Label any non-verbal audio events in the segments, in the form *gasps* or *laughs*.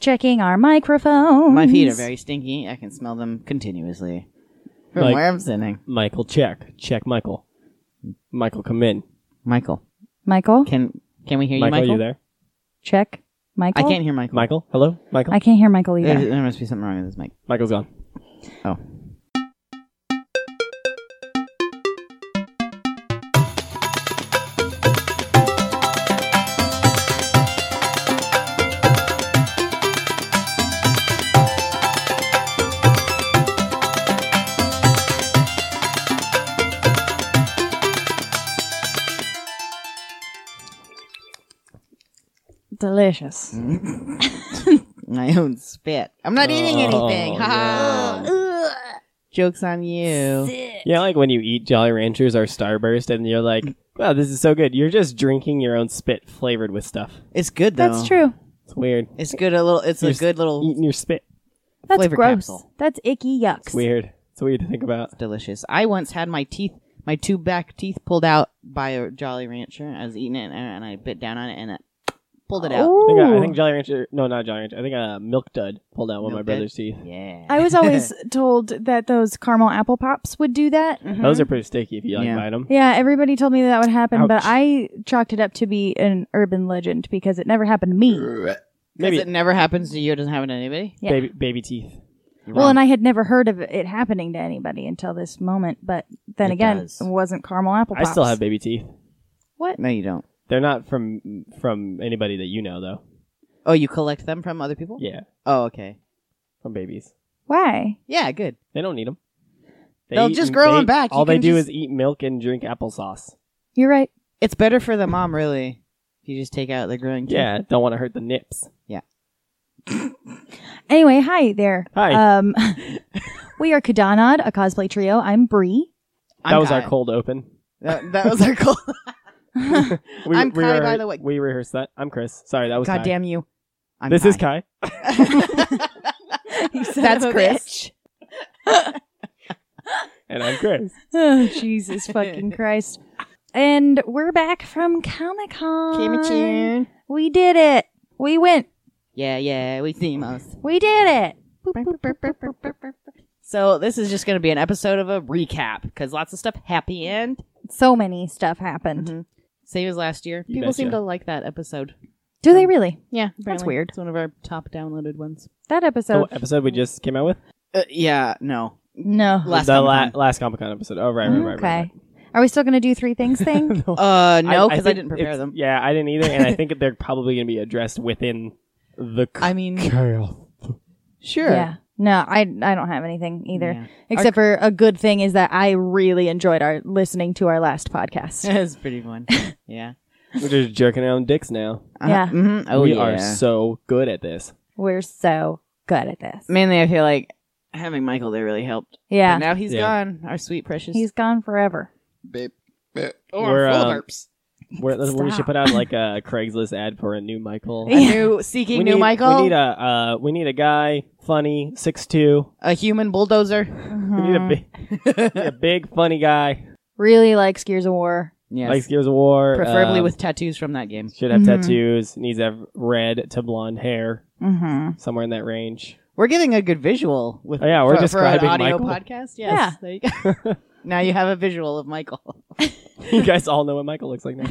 checking our microphones. My feet are very stinky. I can smell them continuously from Like- where I'm sitting. Michael, check. Check Michael. Michael, come in. Michael, Michael, can can we hear Michael, you, are Michael? you there? check. I Michael, can't hear Michael. Michael, hello? Michael? I can't hear Michael either. There, there must be something wrong with this mic. Michael's gone. Oh. Delicious. My own spit. I'm not eating Oh, anything. Ha ha. Joke's on you. Yeah, like when you eat Jolly Ranchers or Starburst and you're like, wow, this is so good. You're just drinking your own spit flavored with stuff. It's good though. That's true. It's weird. It's good. A little. It's You're a s- good little Eating your spit. That's Flavor gross. capsule. That's icky yucks. It's weird. It's weird to think about. delicious. I once had my teeth, my two back teeth pulled out by a Jolly Rancher. I was eating it and, and I bit down on it and it pulled it out. I think, uh, I, I Ooh. think Jolly Rancher, no, not Jolly Rancher. I think uh, Milk Dud pulled out one of my Milk Dud? brother's teeth. Yeah. I was always told that those caramel apple pops would do that. Those are pretty sticky if you like Hmm? Yeah. bite them. Yeah, everybody told me that would happen, but Ouch. I chalked it up to be an urban legend because it never happened to me. Because Maybe it never happens to you. It doesn't happen to anybody. Yeah. baby, baby teeth. Well, and I had never heard of it happening to anybody until this moment. But then It again, does. it wasn't caramel apple I pops. still have baby teeth. What? No, you don't. They're not from from anybody that you know though. Oh, you collect them from other people? Yeah, Oh, okay. from babies. Why? Yeah, good. They don't need them. They'll just grow 'em back. You All they can do just- is eat milk and drink applesauce. You're right. It's better for the mom, really. If you just take out the growing teeth. Yeah, don't want to hurt the nips. Anyway, hi there. Uh, Hi. Um, *laughs* we are Kadanad, a cosplay trio. I'm Bree. I'm that was Kai. our cold open. That, that was *laughs* our cold. We, I'm we Kai, by rehe- the way. We rehearsed that. I'm Chris. Sorry, that was God Kai. damn you. I'm this Kai. is Kai. *laughs* *laughs* You son That's of a Chris. And I'm Chris. *laughs* bitch. *laughs* Oh, Jesus *laughs* fucking Christ. And we're back from Comic Con. Kimichin. We did it. We went. Yeah, yeah, we see most. We did it. So this is just going to be an episode of a recap because lots of stuff happened. So many stuff happened. Mhm. Same as last year. Mm-hmm. You People seem betcha. to like that episode. Do they really? Yeah, apparently. weird. It's one of our top downloaded ones. That The episode. what episode we just came out with. Uh, yeah, no. No. Last the la- Comic-Con. last Comic Con episode. Oh right, right, right. right, okay. Are we still going to do three *laughs* things thing? right. Uh, no, because I, think didn't prepare it's- them. Yeah, I didn't either, and *laughs* I think they're probably going to be addressed within the. I mean, *laughs* chaos. sure. Yeah. No, I I don't have anything either. *laughs* Yeah. Except for a good thing is that I really enjoyed our listening to our last *laughs* podcast. It was pretty fun. Yeah. We're just jerking our own dicks now. Yeah. mhm. Oh, we yeah. are so good at this. We're so good at this. Mainly, I feel like having Michael there really helped. But Yeah. now he's Yeah. gone. Our sweet precious. He's gone forever. oh, We're, I'm full um, of *laughs* burps. We're, we should Stop. put out like a Craigslist ad for a new Michael. *laughs* Yeah. A new seeking We new need, Michael. We need a uh, we need a guy funny six two. a human bulldozer. We need Uh-huh. a big, we need a big funny guy Mm-hmm. Really likes Gears of War. Yes. likes Gears of War. Preferably um, with Mm-hmm. tattoos from that game. should have Mhm. tattoos. Needs to have red to blonde hair Mm-hmm. somewhere in that range. We're getting a good visual with Oh, yeah, we're for, describing for an audio Michael. podcast. Yes, Yeah. there you *laughs* go. *laughs* now you have a visual of Michael. *laughs* you guys all know what Michael looks like now.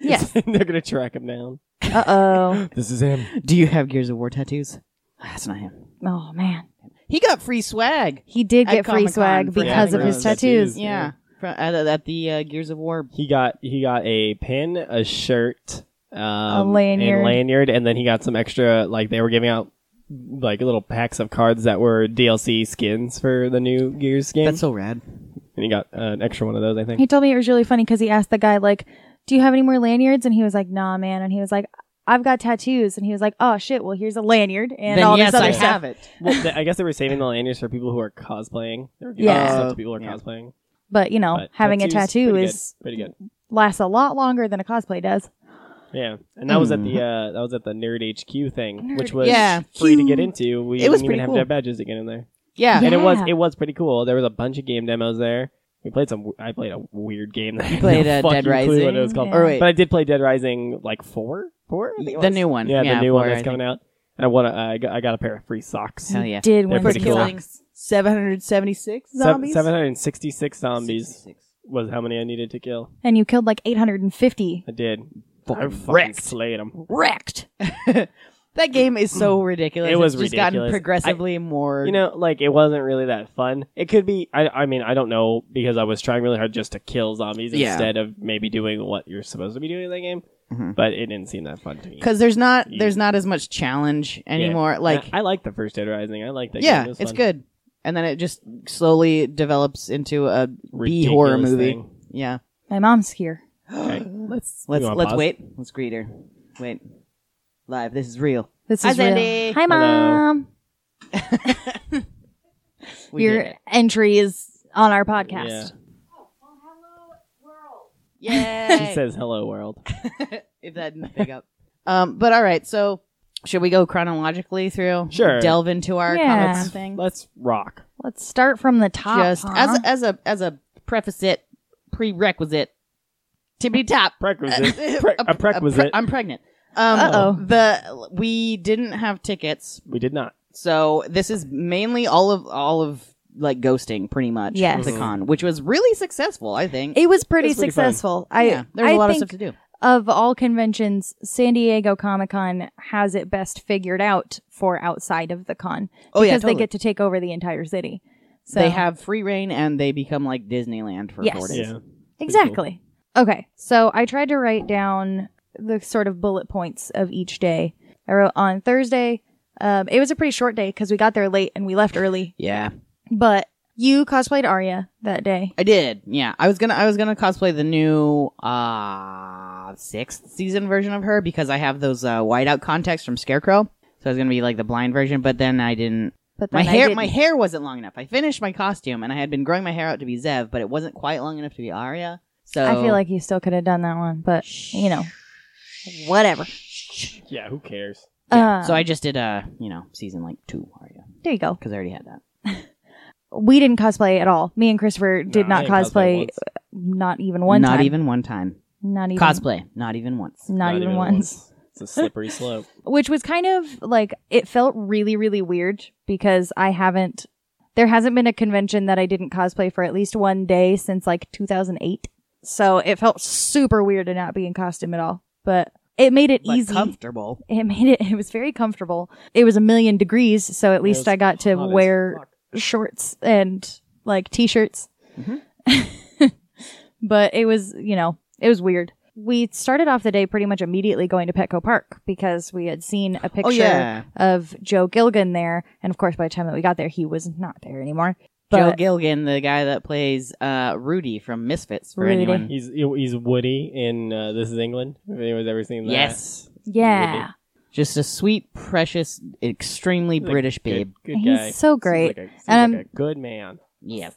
Yes. *laughs* they're gonna track him down. Uh *laughs* oh. This is him. Do you have Gears of War tattoos? Ah, That's not him. Oh man. He got free swag. He did At get free Comic-Con swag for because having of his those tattoos. tattoos. Yeah, Yeah. From, at, at the uh, Gears of War. He got he got a pin, a shirt, um, lanyard. and lanyard, and then he got some extra. Like they were giving out like little packs of cards that were DLC skins for the new Gears game, so rad. and he got uh, an extra one of those. I think. He told me it was really funny because he asked the guy like, "Do you have any more lanyards?" And he was like, "Nah, man." And he was like, "I've got tattoos." And he was like, "Oh shit! Well, here's a lanyard and then all yes, this other I stuff." have it. well, th- I guess they were saving the lanyards for people who are cosplaying. They were giving Yeah. stuff to people who are Yeah. cosplaying. But you know, But having a tattoos, tattoo pretty is good, pretty good. lasts a lot longer than a cosplay does. Yeah, and that was at Mm. the uh, that was at the Nerd HQ thing, Nerd which was Yeah. free to get into. We It was pretty didn't even have cool. to have badges to get in there, Yeah. Yeah. and it was it was pretty cool. There was a bunch of game demos there. We played some. I played a weird game. That I had played, no uh, Dead fucking Clue what it Rising, was called. yeah. Or wait, But I did play Dead Rising like four, four. I think it the was. new one. Yeah, the new four, one I that's think. coming out. And I want to. I got, I got a pair of free socks. Hell yeah. Did They're win For pretty some cool. killing socks. 776 Seven zombies? hundred and sixty-six zombies was how many I needed to kill. And you killed like 850. I did. I fucking wrecked. slayed them. Wrecked. *laughs* that game is so ridiculous. Mm. It was it's just gotten ridiculous. progressively more. You know, like it wasn't really that fun. It could be. I. I mean, I don't know because I was trying really hard just to kill zombies Yeah. instead of maybe doing what you're supposed to be doing in that game. Mhm. But it didn't seem that fun to me. because there's not You- there's not as much challenge Yeah. anymore. And Like I, I like the first Dead Rising. I like that. yeah, game. It was it's fun. good. And then it just slowly develops into a B Ridiculous horror movie. thing. Yeah. My mom's here. *laughs* Okay. let's *gasps* let's wanna let's pause? wait. Let's greet her. Wait. Live. This is real. This is Hi, real. Sandy. Hi, mom. We Your did it. entry is on our podcast. *laughs* She Yay. says hello world. if that didn't pick up. Um, but all right, so should we go chronologically through? Sure. Delve into our Yeah. comics thing. Let's rock. Let's start from the top. Just huh? as a, as a as a prerequisite, prerequisite, tippy top. *laughs* Prerequisite. Pre- a prerequisite. I'm pregnant. Um, Uh-oh. The we didn't have tickets, we did not. so this is mainly all of all of like ghosting, pretty much. Yes. the con, which was really successful, I think. it was pretty It's pretty fun. successful. I yeah, there's I a lot of think stuff to do. of all conventions, San Diego Comic Con has it best figured out for outside of the con Oh yeah, because totally. they get to take over the entire city. So they have free reign and they become like Disneyland for Yes. four days. Yeah. Exactly. Okay. So I tried to write down the sort of bullet points of each day. I wrote on Thursday. Um, it was a pretty short day because we got there late and we left early. Yeah, But you cosplayed Arya that day. I did. Yeah, I was gonna I was gonna cosplay the new uh sixth season version of her because I have those uh, whiteout contacts from Scarecrow. So I was gonna be like the blind version, but then I didn't. But My then I hair didn't. my hair wasn't long enough. I finished my costume and I had been growing my hair out to be Zev, but it wasn't quite long enough to be Arya. So I feel like you still could have done that one, but you know, whatever. Yeah. Who cares? Yeah, Uh, so I just did uh you know season like two Arya there you go. because I already had that. We didn't cosplay at all. Me and Christopher did No, not I didn't cosplay, once. not even one not time. even one time not even cosplay. Not even once. Not, even, once. It's a slippery slope. which was kind of like it felt really really weird because i haven't there hasn't been a convention that i didn't cosplay for at least one day since like 2008 so it felt super weird to not be in costume at all but it made it But easy comfortable. it made it *laughs* it was very comfortable it was a million degrees so *laughs* at least i got to hot as wear fuck. shorts and like t-shirts Mhm. *laughs* but it was you know it was weird we started off the day pretty much immediately going to petco park because we had seen a picture Oh yeah, of joe gilgan there and of course by the time that we got there he was not there anymore Joe but Gilgan, the guy that plays uh, Rudy from Misfits. For Rudy. anyone, He's he's Woody in uh, This Is England. If anyone's ever seen that. yes, yeah just a sweet, precious, extremely He's a British good- babe. Good, He's guy. so great. Seems like a, seems Um, like a good man. Yeah,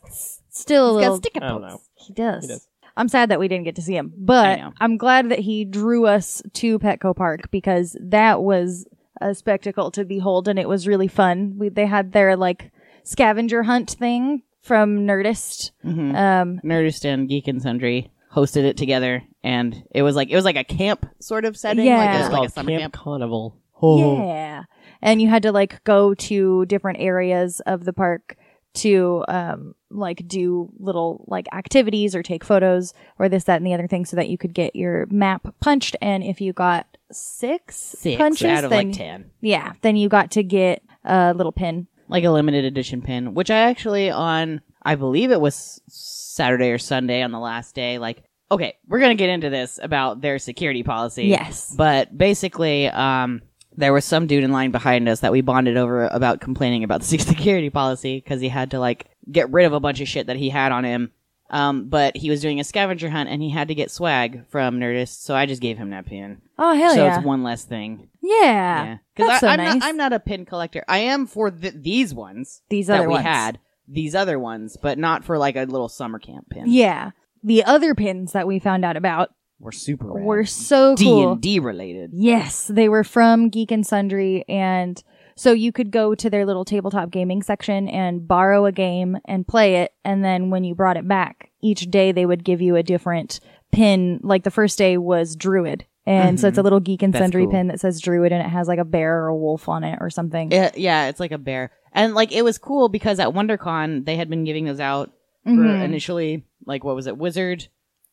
still a He's got little sticky I don't bumps. know. He does. He does. I'm sad that we didn't get to see him, I but know. I'm glad that he drew us to Petco Park because that was a spectacle to behold and it was really fun. We, they had their like scavenger hunt thing from Nerdist. Mhm. Um, Nerdist and Geek and Sundry hosted it together, and it was like it was like a camp sort of setting, Yeah. like It's a, like a called summer Camp camp. Carnival. Oh. Yeah. And you had to like go to different areas of the park to um like do little like activities or take photos or this that and the other thing so that you could get your map punched and if you got six, Six punches out of then like ten, Yeah. Then you got to get a little pin. like a limited edition pin, which I actually on I believe it was Saturday or Sunday on the last day. Like, okay, we're gonna get into this about their security policy. Yes. But basically, um, there was some dude in line behind us that we bonded over about complaining about the *laughs* security policy because he had to like get rid of a bunch of shit that he had on him. Um, but he was doing a scavenger hunt and he had to get swag from Nerdist, so I just gave him that pin. Oh hell so yeah. it's one less thing. yeah. yeah, that's because so I'm nice. not I'm not a pin collector. I am for th- these ones These that other we ones. had, these other ones, but not for like a little summer camp pin. Yeah. The other pins that we found out about we're super rad. were so D cool. and D related. Yes, they were from Geek and Sundry and so you could go to their little tabletop gaming section and borrow a game and play it and then when you brought it back, each day they would give you a different pin. Like the first day was Druid And so it's a little geek and Mm-hmm. That's sundry cool. pin that says druid and it has like a bear or a wolf on it or something. It- yeah, it's like a bear. And like it was cool because at WonderCon they had been giving those out for Mhm. initially like what was it, Wizard,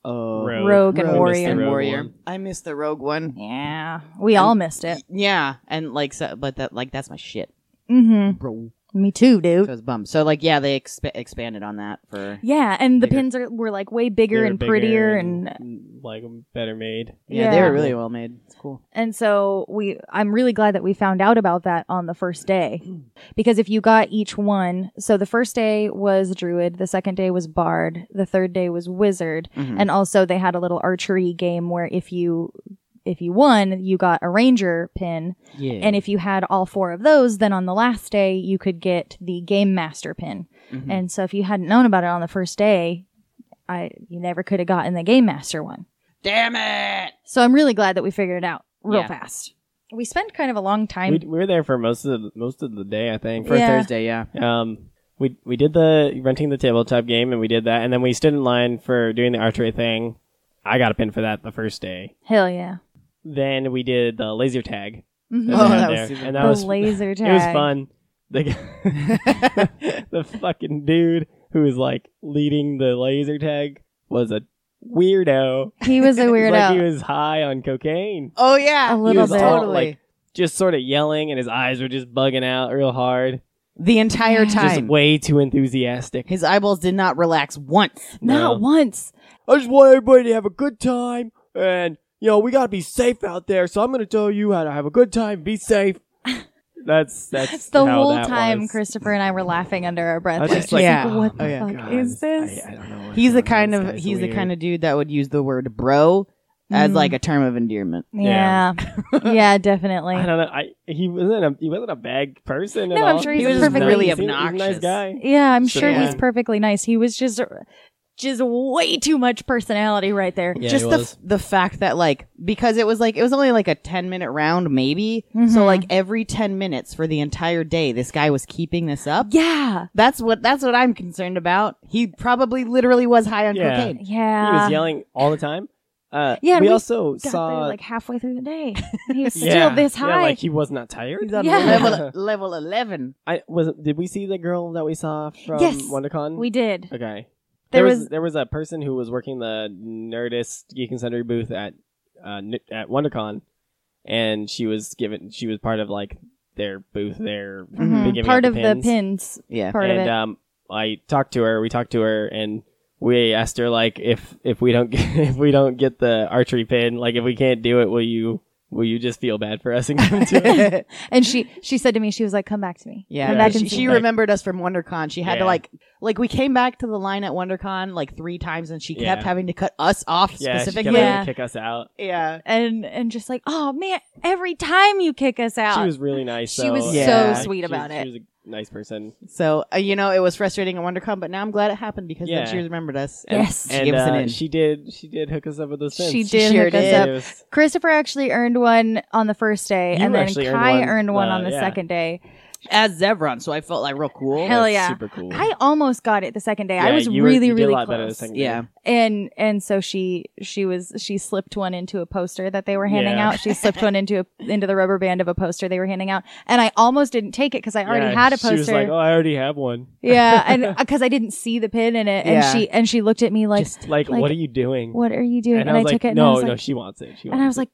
oh, Rogue. Rogue and Rogue. warrior. Uh, Rogue warrior. one. I missed the Rogue one. Yeah. We all missed it. Yeah, and like so, but that like that's my shit, Mm-hmm. bro. Me too, So I dude. was bummed. So like yeah, they exp- expanded on that for Yeah, and the Bigger. pins are were like way bigger They're and prettier and like better made. yeah, they Yeah. were really well made. It's cool. And so we I'm really glad that we found out about that on the first *clears throat* day. Because if you got each one, so the first day was druid, the second day was bard, the third day was wizard, Mhm. and also they had a little archery game where if you if you won, you got a ranger pin, yeah, and if you had all four of those, then on the last day you could get the game master pin. Mhm. Mm-hmm. And so if you hadn't known about it on the first day, I you never could have gotten the game master one. damn it. So I'm really glad that we figured it out real Yeah. fast. We spent kind of a long time. We, we were there for most of the, most of the day, I think. For Yeah. Thursday, yeah. Um, we we did the renting the tabletop game, and we did that, and then we stood in line for doing the archery thing. I got a pin for that the first day. Hell yeah. Then we did the laser tag. Mhm. that Oh, they had that was there, super and the that was laser tag. it was fun. The, g- *laughs* the fucking dude who was like leading the laser tag was a weirdo. He was a *laughs* It's weirdo. Like he was high on cocaine. Oh yeah, A little was bit. all, totally. like, just sort of yelling, and his eyes were just bugging out real hard. the entire Just time. way too enthusiastic. His eyeballs did not relax once. Not No. once. I just want everybody to have a good time, and you know we gotta be safe out there. So I'm gonna tell you how to have a good time, *laughs* be safe. That's that's The how whole that time, was. Christopher and I were laughing under our breath. I was like, just like, Yeah. what the Oh, yeah. fuck God, is this? I, I don't know. what's He's the going kind on. This of guy's he's the weird. kind of dude that would use the word bro as Mm. like a term of endearment. yeah. *laughs* Yeah, definitely. I don't know. I he wasn't a he wasn't a bad person. at No, I'm all. sure he's He was perfectly- really He seemed- he was a obnoxious. nice guy. Yeah, I'm So, sure yeah. he's perfectly nice. He was just just way too much personality right there. Yeah, Just he the was. f- the fact that like because it was like it was only like a 10 minute round maybe. Mhm. So like every 10 minutes for the entire day this guy was keeping this up. Yeah. That's what that's what I'm concerned about. He probably literally was high on Yeah. cocaine. Yeah. He was yelling all the time. Uh, Yeah, and we, we also Got saw there like halfway through the day. He *laughs* was still yeah, this Yeah, high. like he was not tired. He's on Yeah. *laughs* level level 11. I was. Did we see the girl that we saw from Yes. WonderCon? we did. Okay. There There, was, was- there was a person who was working the Nerdist Geek and Sundry booth at uh, N- at WonderCon, and she was given she was part of like their booth there, Mm-hmm. Mhm. giving out Part of the pins. pins *laughs* uh, Yeah. part and of it. um, I talked to her. We talked to her, and we asked her like if if we don't *laughs* get, if we don't get the archery pin, like if we can't do it, will you will you just feel bad for us and come to *laughs* it? and she she said to me, she was like, "Come back to me." *laughs* Yeah, come Yeah. back she- and she, see me." remembered us from WonderCon. She had to Yeah. like, like we came back to the line at WonderCon like three times, and she kept Yeah. having to cut us off yeah, she kept specifically. Yeah. trying to kick us out. Yeah, and and just like, "Oh man, every time you kick us out." She was really nice. She though, was and, so like, sweet she was- about it. She was a nice person. so uh, you know it was frustrating at WonderCon, but now I'm glad it happened because Yeah. then she remembered us. And- Yes. she gave us an uh, in. she did. She did hook us up with those pins. She did sure hook us did. up. It was- Christopher actually earned one on the first day, You and then actually earned Kai one, earned one uh, on the yeah. second day. as Zevron, so I felt like real cool. Hell that's yeah. Super cool. I almost got it the second day. I Yeah, was you were- really you did a really lot better the close. second *gasps* day. yeah, and and so she she was she slipped one into a poster that they were handing Yeah. out. She slipped one into a, *laughs* into the rubber band of a poster they were handing out, and I almost didn't take it because I already Yeah, had a poster. She was like, "Oh, I already have one." yeah, *laughs* and because I didn't see the pin in it, and Yeah. she and she looked at me like, just Like, Like, what are you doing? "What are you doing?" And, And, I was I like, took it, "No, and I was no, like, she wants it." She and I was wants like,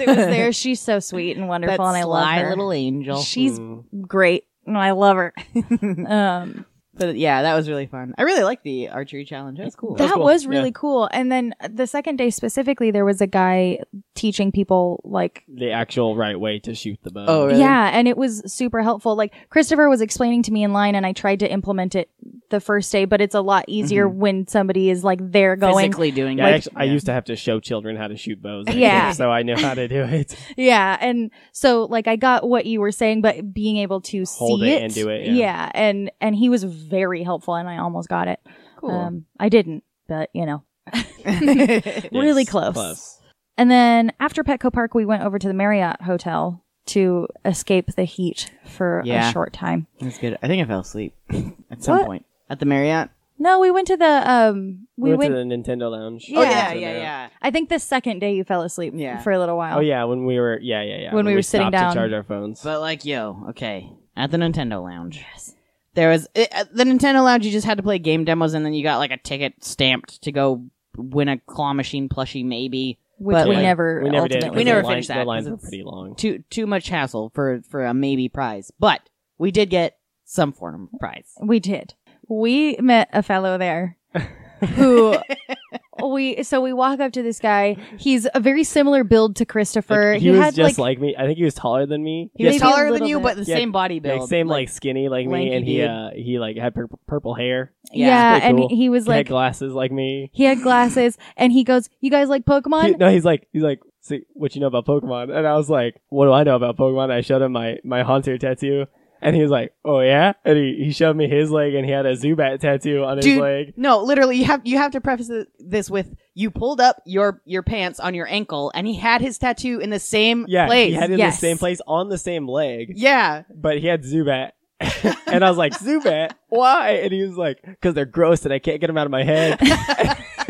*laughs* it was *laughs* there. She's so sweet and That wonderful, and I love sly her. little angel. She's Mm. great, and I love *laughs* her. um, but yeah, that was really fun. I really liked the archery challenge. That was cool. that That's cool. was Yeah. really cool. And then the second day specifically, there was a guy teaching people like the actual right way to shoot the bow. Oh, really? Yeah, and it was super helpful. Like Christopher was explaining to me in line, and I tried to implement it the first day, but it's a lot easier Mm-hmm. when somebody is like there going. Physically doing Yeah, I, it. actually, I used to have to show children how to shoot bows. I Yeah. think, so I knew how to do it. Yeah, and so like I got what you were saying, but being able to Hold see it and do it, yeah. and and he was very helpful, and I almost got it. cool. *laughs* Um, I didn't, but you know. Yes, *laughs* Really close. And then after Petco Park, we went over to the Marriott Hotel to escape the heat for Yeah. a short time. That's good. I think I fell asleep at some What? point at the Marriott. No, we went to the um we, went, went, to the Nintendo Lounge. Oh, yeah, yeah, yeah, yeah. I think the second day you fell asleep Yeah. for a little while. Oh yeah, when we were yeah yeah yeah When we were sitting stopped down. to charge our phones. But like, yo, okay, at the Nintendo Lounge, there was it, at the Nintendo Lounge. You just had to play game demos, and then you got like a ticket stamped to go win a claw machine plushie, maybe. Which But, we like, never we never did. ultimately because We never the finished lines, that, The lines 'cause were it's- pretty long. Too too much hassle for for a maybe prize, but we did get some form of prize. We did. We met a fellow *laughs* there who we so we walk up to this guy. He's a very similar build to Christopher. Like, he, was just like, me. I think he was taller than me. He was Maybe a taller little than you, bit. but the Yeah, same body like, build, same like, skinny like me, lanky and he dude. uh, he like had pur- purple hair, yeah, pretty and cool. he was he had like glasses like me. he had glasses and he goes, "You guys like He- Pokemon?" no, he's like he's like See, what you know about Pokemon, and I was like, what do I know about Pokemon? I showed him my my Haunter tattoo, and he was like, oh yeah, and he, he showed me his leg, and he had a Zubat tattoo on his Dude, leg. No, literally, you have you have to preface th- this with you pulled up your your pants on your ankle, and he had his tattoo in the same Yeah, place. he had it in the yes. same place on the same leg, yeah, but he had Zubat. *laughs* and I was like, Zubat, why? And he was like, because they're gross and I can't get them out of *laughs* my head. *laughs*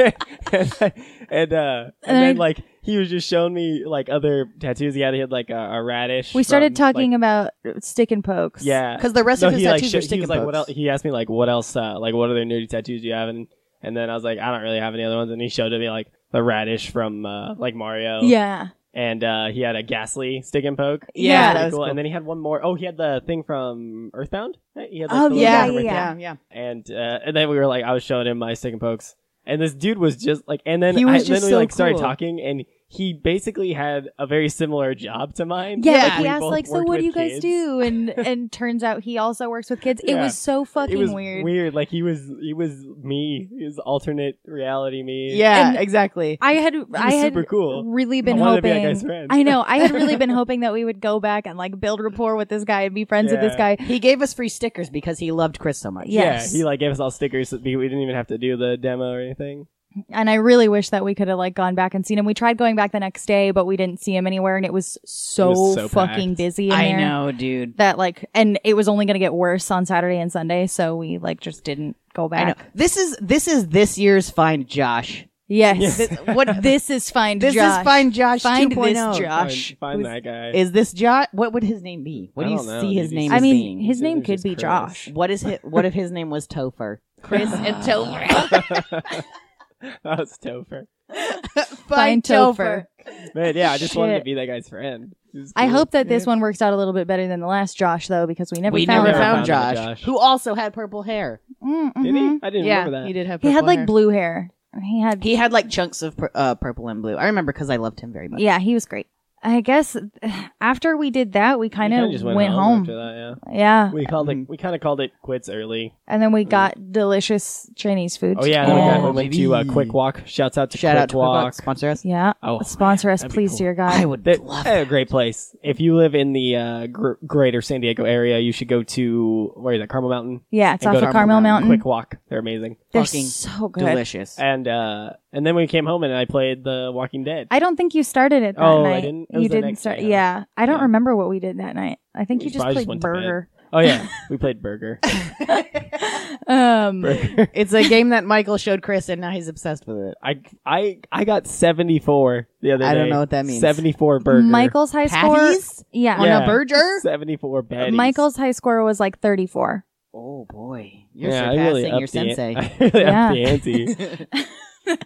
and I- and, uh, and then I- like he was just showing me like other tattoos he had. He had like a, a radish. we started from, talking Like, about stick and pokes. yeah, because the rest no, of his he like tattoos sho- were he sticking was like, what pokes. else? He asked me like, what else? Uh, like, what other nerdy tattoos do you have? And and then I was like, I don't really have any other ones. And he showed me like the radish from uh, like Mario. Yeah. And uh, he had a ghastly stick and poke. Yeah, Yeah. that was Cool. cool. And then he had one more. Oh, he had the thing from Earthbound. He had, Oh, the little yeah, guy yeah, yeah. yeah, from yeah. and uh, and then we were like, I was showing him my stick and pokes, and this dude was just like, and then He was I, just then we so like started cool. talking, and he basically had a very similar job to mine. Yeah, Yeah, like he we asked both like, "So worked what do with you guys kids." do?" *laughs* and and turns out he also works with kids. It Yeah. was so fucking It was weird. Like he was, he was me, his alternate reality me. Yeah, And- exactly. I had I had super cool. really been wanted hoping. to be that guy's friend. I know. I had really *laughs* been hoping that we would go back and like build rapport with this guy and be friends with this Yeah. guy. He gave us free stickers because he loved Chris so much. Yes. Yeah, he like gave us all stickers. So we we didn't even have to do the demo or anything. And I really wish that we could have like gone back and seen him. We tried going back the next day, but we didn't see him anywhere, and it was so, was so fucking packed. busy. In I there know, dude. that like, and it was only going to get worse on Saturday and Sunday, so we like just didn't go I know. back. This is this is this year's find Josh. Yes, This, *laughs* what this is fine. this Josh. is find Josh. Find 2.0. this Josh. find, find Who's- that guy. Is this Josh? What would his name be? What I do you don't know, see his dude. name? I as mean, being? his His name name could is be Chris. Josh. What is his, what if his name was Topher? *laughs* Chris *laughs* and Topher. *laughs* that was Topher. Find Topher. Man, yeah, I just wanted Shit. to be that guy's friend. He was I cool. hope that this one works out a little bit better than the last Josh, though, because we never we found never him. found, found that Josh, Josh. who also had purple hair. Mm, Did mhm. he? I didn't remember that. he did have. Purple He had hair. like blue hair. He had He had like chunks of pur- uh, purple and blue. I remember because I loved him very much. yeah, he was great. I guess after we did that, we kind kinda of went, home. Uh, mm. after that, yeah. Yeah, We called it. We kind of called it quits early. and then we got delicious Chinese food. Oh yeah, then we, got- got, we went to uh, baby. Quick Walk. Shouts out to Shout Quick out to Walk. Walk. Sponsor us. yeah. Oh, man, Sponsor us, that'd be please, cool. dear God. I would That- love. a great place. If you live in the uh, gr- greater San Diego area, you should go to where is that? Carmel Mountain. yeah, it's And off go of to Carmel Mountain. Quick Walk. They're amazing. They're Fucking so good. Delicious. And uh, and then we came home and I played The Walking Dead. I don't think you started it that Oh, I night. didn't? It You was the didn't next start. day, huh? Yeah, I don't Yeah. remember what we did that night. I think We you just probably played just went to bed. Burger. *laughs* oh yeah, we played *laughs* Burger. Um, Burger. it's a game that Michael showed Chris, and now he's obsessed with it. I I I got seventy four the other day. I don't know what that means. Seventy four burger. Michael's high score. Patties Yeah. on Yeah. a burger. Seventy four patties. Michael's high score was like 34. Oh boy, you're yeah, I surpassing really your upped the an- sensei. *laughs* I really upped Yeah. the *laughs* ante. *laughs*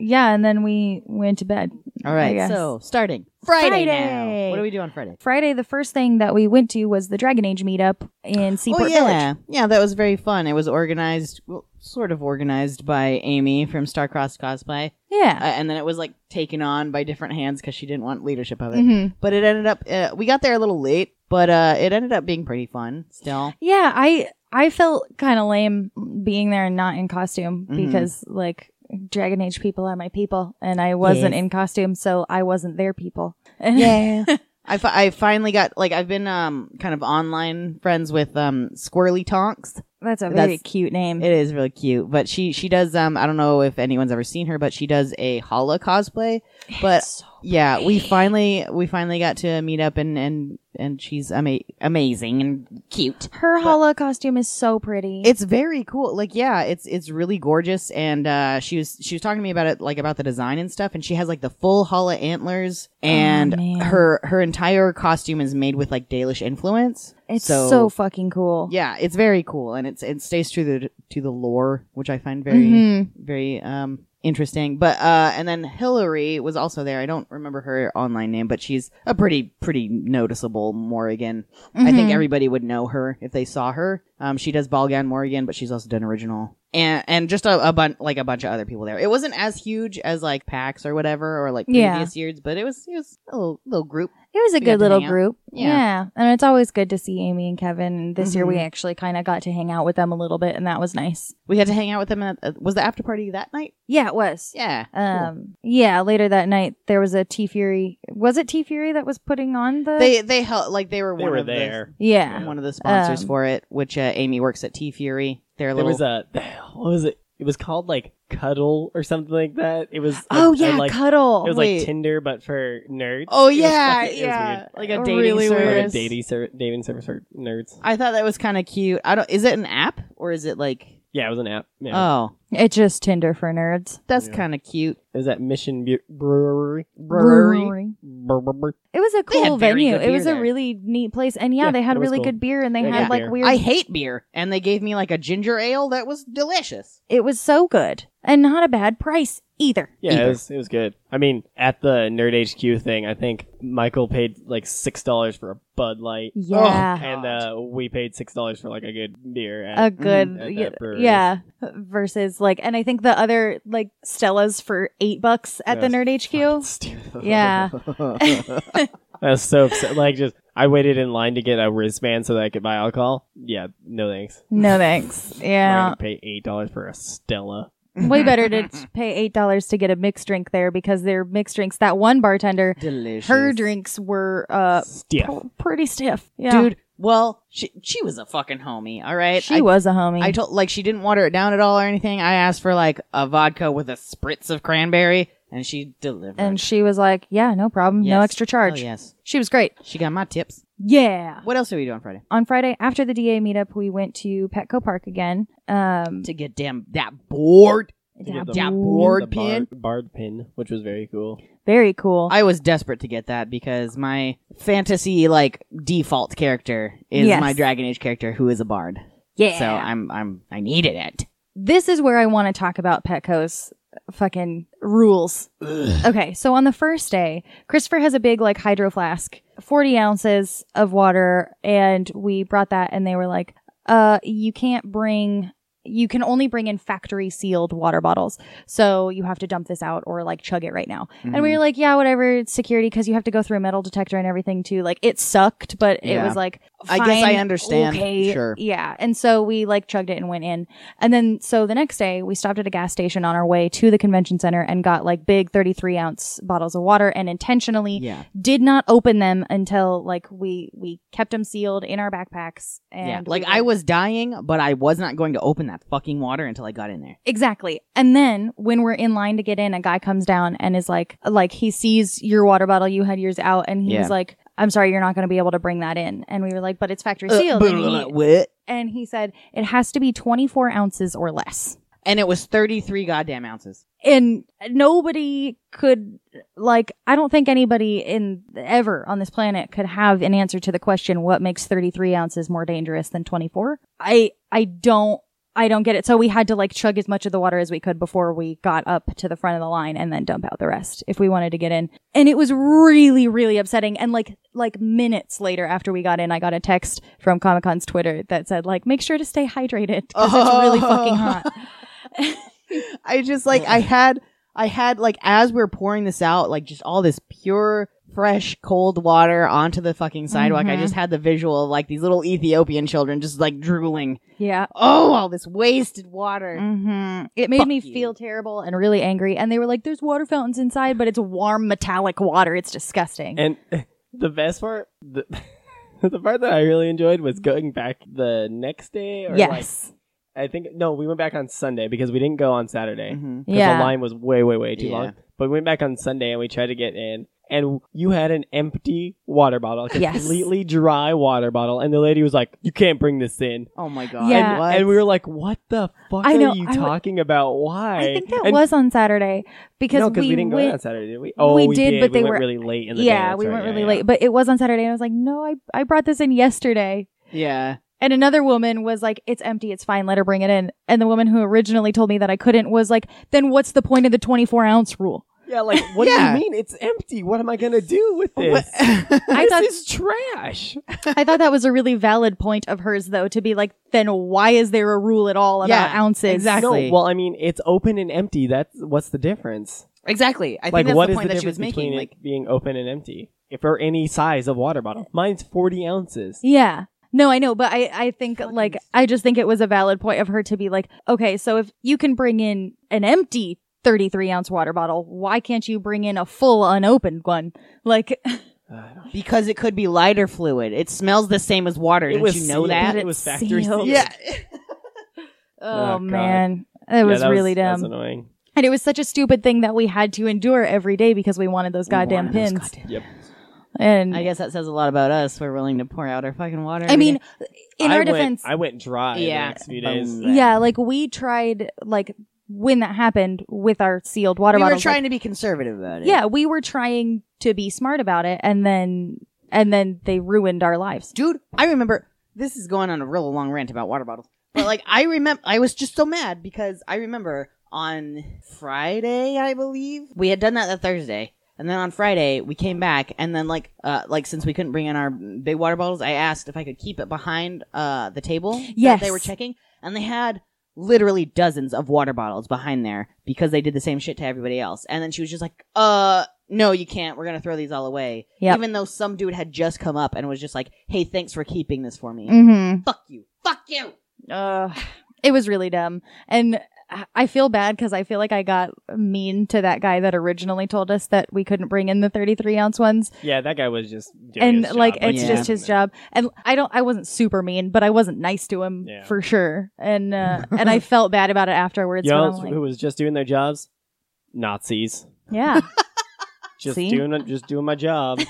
Yeah, and then we went to bed. All I right, guess. so starting Friday. now. What do we do on Friday? Friday, the first thing that we went to was the Dragon Age meetup in Seaport *gasps* oh, yeah. Village. Yeah, that was very fun. It was organized, well, sort of organized by Amy from Starcross Cosplay, uh, Yeah. and then it was like taken on by different hands because she didn't want leadership of it. Mhm. But it ended up, uh, we got there a little late, but uh, it ended up being pretty fun. *laughs* Still, Yeah, I I felt kind of lame being there and not in costume Mhm. because like Dragon Age people are my people and I wasn't Yes. in costume, so I wasn't their people. *laughs* yeah. I, fi- I finally got like I've been um kind of online friends with um Squirrely Tonks. That's a That's- very cute name. It is really cute, but she she does um I don't know if anyone's ever seen her, but she does a Hala cosplay. But It's so yeah, we finally we finally got to meet up and and and she's ama- amazing and cute. Her Hala costume is so pretty. It's very cool. Like yeah, it's it's really gorgeous and uh she was she was talking to me about it like about the design and stuff and she has like the full holla antlers and man. her her entire costume is made with like Dalish influence. it's so, fucking cool. yeah, it's very cool and it's it stays true to to the lore, which I find very Mhm. very um interesting. But uh and then Hillary was also there. I don't remember her online name, but she's a pretty pretty noticeable Morrigan. I think Mhm. everybody would know her if they saw her. Um she does Balgan Morrigan, but she's also done original. And and just a, a bunch like a bunch of other people there. It wasn't as huge as like PAX or whatever or like Yeah. previous years, but it was it was a little, little group. It was a We got good to little hang out. group. Yeah. Yeah. And it's always good to see Amy and Kevin. And This year we Mhm. actually kind of got to hang out with them a little bit and that was nice. We had to hang out with them at uh, was the after party that night? Yeah, it was. Yeah. cool. Um yeah, later that night there was a T Fury. Was it T Fury that was putting on the they they helped like they were They one were of the- there. Uh, Yeah. one of the sponsors Um, for it, which uh, Amy works at T Fury. They're There little. was a what was it? It was called like Cuddle or something like that. It was Oh like, a, yeah, like, cuddle. it was wait. like Tinder but for nerds. *laughs* oh It was yeah, fucking- it was yeah, weird. like a Really dating weird. Like service. a dating ser- dating service for nerds. I thought that was kind of cute. I don't. Is it an app or is it like? Yeah, it was an app. Yeah. Oh, it's just Tinder for nerds. that's Yeah. kind of cute. It was at Mission Bu- Brewery. Brr, brr, brr. It was a They had cool very venue. good It beer was a there. really neat place, and yeah, Yeah, they it had was really cool. good beer, and they They had got like beer. weird. I hate beer, and they gave me like a ginger ale that was delicious. it was so good, and not a bad price either. Yeah, Either. it was, it was good. I mean, at the Nerd HQ thing, I think Michael paid like six dollars for a Bud Light, Yeah, and uh, we paid six dollars for like a good beer. At, a Mm, good at that yeah, brewery. yeah. Versus like, and I think the other like Stella's for eight bucks at the Yes. Nerd HQ. *laughs* Yeah. I was so upset. Like, just I waited in line to get a wristband so that I could buy alcohol. Yeah, no thanks. No thanks. *laughs* I had Yeah, to pay eight dollars for a Stella. way better *laughs* to t- pay eight dollars to get a mixed drink there because their mixed drinks. That one bartender, delicious. her drinks were uh Stiff. pr- pretty stiff. Yeah, dude. Well, she she was a fucking homie. All right, she I- was a homie. I told like she didn't water it down at all or anything. I asked for like a vodka with a spritz of cranberry, and she delivered. and she was like, "Yeah, no problem, no Yes. extra charge." Oh, yes, She was great. she got my tips. Yeah. What else did we do on Friday? On Friday after the DA meetup, we went to Petco Park again. Um, To get damn that board. To get the- Yeah, the board bard- Bard pin, which was very cool. very cool. I was desperate to get that because my fantasy like default character is Yes. my Dragon Age character who is a bard. yeah. So I'm I'm I needed it. this is where I want to talk about Petco's fucking rules. Okay, so on the first day, Christopher has a big like hydro flask, 40 ounces of water, and we brought that and they were like, uh, you can't bring you can only bring in factory sealed water bottles. So you have to dump this out or like chug it right now. And Mm. we were like, yeah, whatever, it's security because you have to go through a metal detector and everything too. Like it sucked, but it Yeah. was like I guess I fine, understand. okay, Sure. Yeah. And so we like chugged it and went in. And then so the next day we stopped at a gas station on our way to the convention center and got like big 33 ounce bottles of water and intentionally Yeah. did not open them until like we we kept them sealed in our backpacks and Yeah. we, Like I was dying, but I was not going to open that fucking water until I got in there. Exactly. And then when we're in line to get in, a guy comes down and is like, like he sees your water bottle, you had yours out, and he's Yeah. like, I'm sorry, you're not going to be able to bring that in. And we were like, but it's factory sealed. Uh, and, blah, *laughs* he, what? and he said, it has to be 24 ounces or less. And it was 33 goddamn ounces. And nobody could, like, I don't think anybody in ever on this planet could have an answer to the question, what makes 33 ounces more dangerous than 24? I, I don't I don't get it. So we had to like chug as much of the water as we could before we got up to the front of the line and then dump out the rest if we wanted to get in. And it was really, really upsetting. And like, like minutes later after we got in, I got a text from Comic Con's Twitter that said like, make sure to stay hydrated because it's really Oh. fucking hot. I just like I had I had like as we are pouring this out, like just all this pure fresh cold water onto the fucking sidewalk. I Mm-hmm. Mhm. just had the visual of like these little Ethiopian children just like drooling. Yeah. Oh, all this wasted water. Mm-hmm. It made Fuck me you. feel terrible and really angry. And they were like, there's water fountains inside, but it's warm metallic water. It's disgusting. And *laughs* the best part, the, *laughs* the part that I really enjoyed was going back the next day. Or yes. like, I think no, we went back on Sunday because we didn't go on Saturday. Mhm. Mm-hmm. because yeah. the line was way, way, way too Yeah. long. But we went back on Sunday and we tried to get in, and you had an empty water bottle, a Yes. completely dry water bottle, and the lady was like, "You can't bring this in." Oh my god. Yeah. What? And we were like, "What the fuck I know, are you I wa- talking about? Why?" I think that And- was on Saturday because no, we, we, didn't go went. out on Saturday, did we? Oh, we, did, but we they went were- really late in the day. yeah, That's we right, weren't yeah, really yeah. late, but it was on Saturday, and I was like, "No, I I brought this in yesterday." yeah. And another woman was like, "It's empty. It's fine. Let her bring it in." And the woman who originally told me that I couldn't was like, "Then what's the point of the twenty four ounce rule?" Yeah, like what Yeah. do you mean? It's empty. What am I gonna do with What- this? *laughs* I this thought is trash. I thought that was a really valid point of hers, though, to be like, "Then why is there a rule at all about Yeah, ounces?" exactly. No, well, I mean, it's open and empty. That's what's the difference? *laughs* exactly. I think like, that's what the is point the that she was difference making. between Like, it being open and empty? If or any size of water bottle, mine's forty ounces. Yeah. No, I know, but I, I think like I just think it was a valid point of her to be like, okay, so if you can bring in an empty 33 ounce water bottle, why can't you bring in a full unopened one? Like, because it could be lighter fluid. It smells the same as water. Did you know sealed. that? But It was it's factory sealed. sealed. Yeah. oh, God. man, it was that really that was dumb, annoying. and it was such a stupid thing that we had to endure every day because we wanted those goddamn One of those pins. goddamn- Yep. and I guess that says a lot about us. We're willing to pour out our fucking water. I every mean, day. in I our went- defense, I went dry. Yeah. Yeah. The next few days. Boom. that. yeah, like we tried like when that happened with our sealed water we were bottles. like, trying to be conservative about it. yeah we were trying to be smart about it and then and then they ruined our lives dude i remember this is going on a real long rant about water bottles but like i remember i was just so mad because i remember on friday i believe we had done that that thursday and then on friday we came back and then like uh like since we couldn't bring in our big water bottles i asked if i could keep it behind uh the table Yes. that they were checking and they had literally dozens of water bottles behind there because they did the same shit to everybody else and then she was just like uh no you can't we're gonna throw these all away Yep. even though some dude had just come up and was just like, "Hey, thanks for keeping this for me. mm-hmm Fuck you. Fuck you." uh, it was really dumb and I- i feel bad because i feel like i got mean to that guy that originally told us that we couldn't bring in the 33 ounce ones Yeah, that guy was just doing and his job. like Like, it's yeah. just his job and i don't i wasn't super mean but i wasn't nice to him Yeah. for sure and uh and i felt bad about it afterwards You but know I'm like, who was just doing their jobs? Nazis. yeah Just See? doing just doing *laughs* my job.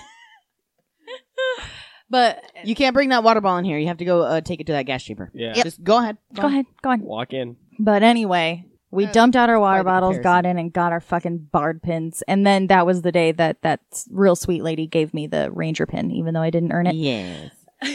but You can't bring that water ball in here. You have to go uh, take it to that gas chamber. Yeah. Just go ahead. go ahead go on Walk in. But anyway, we Uh, dumped out our by water the bottles, comparison. got in, and got our fucking bard pins. And then that was the day that that s- real sweet lady gave me the ranger pin, even though I didn't earn it. *laughs* Yes.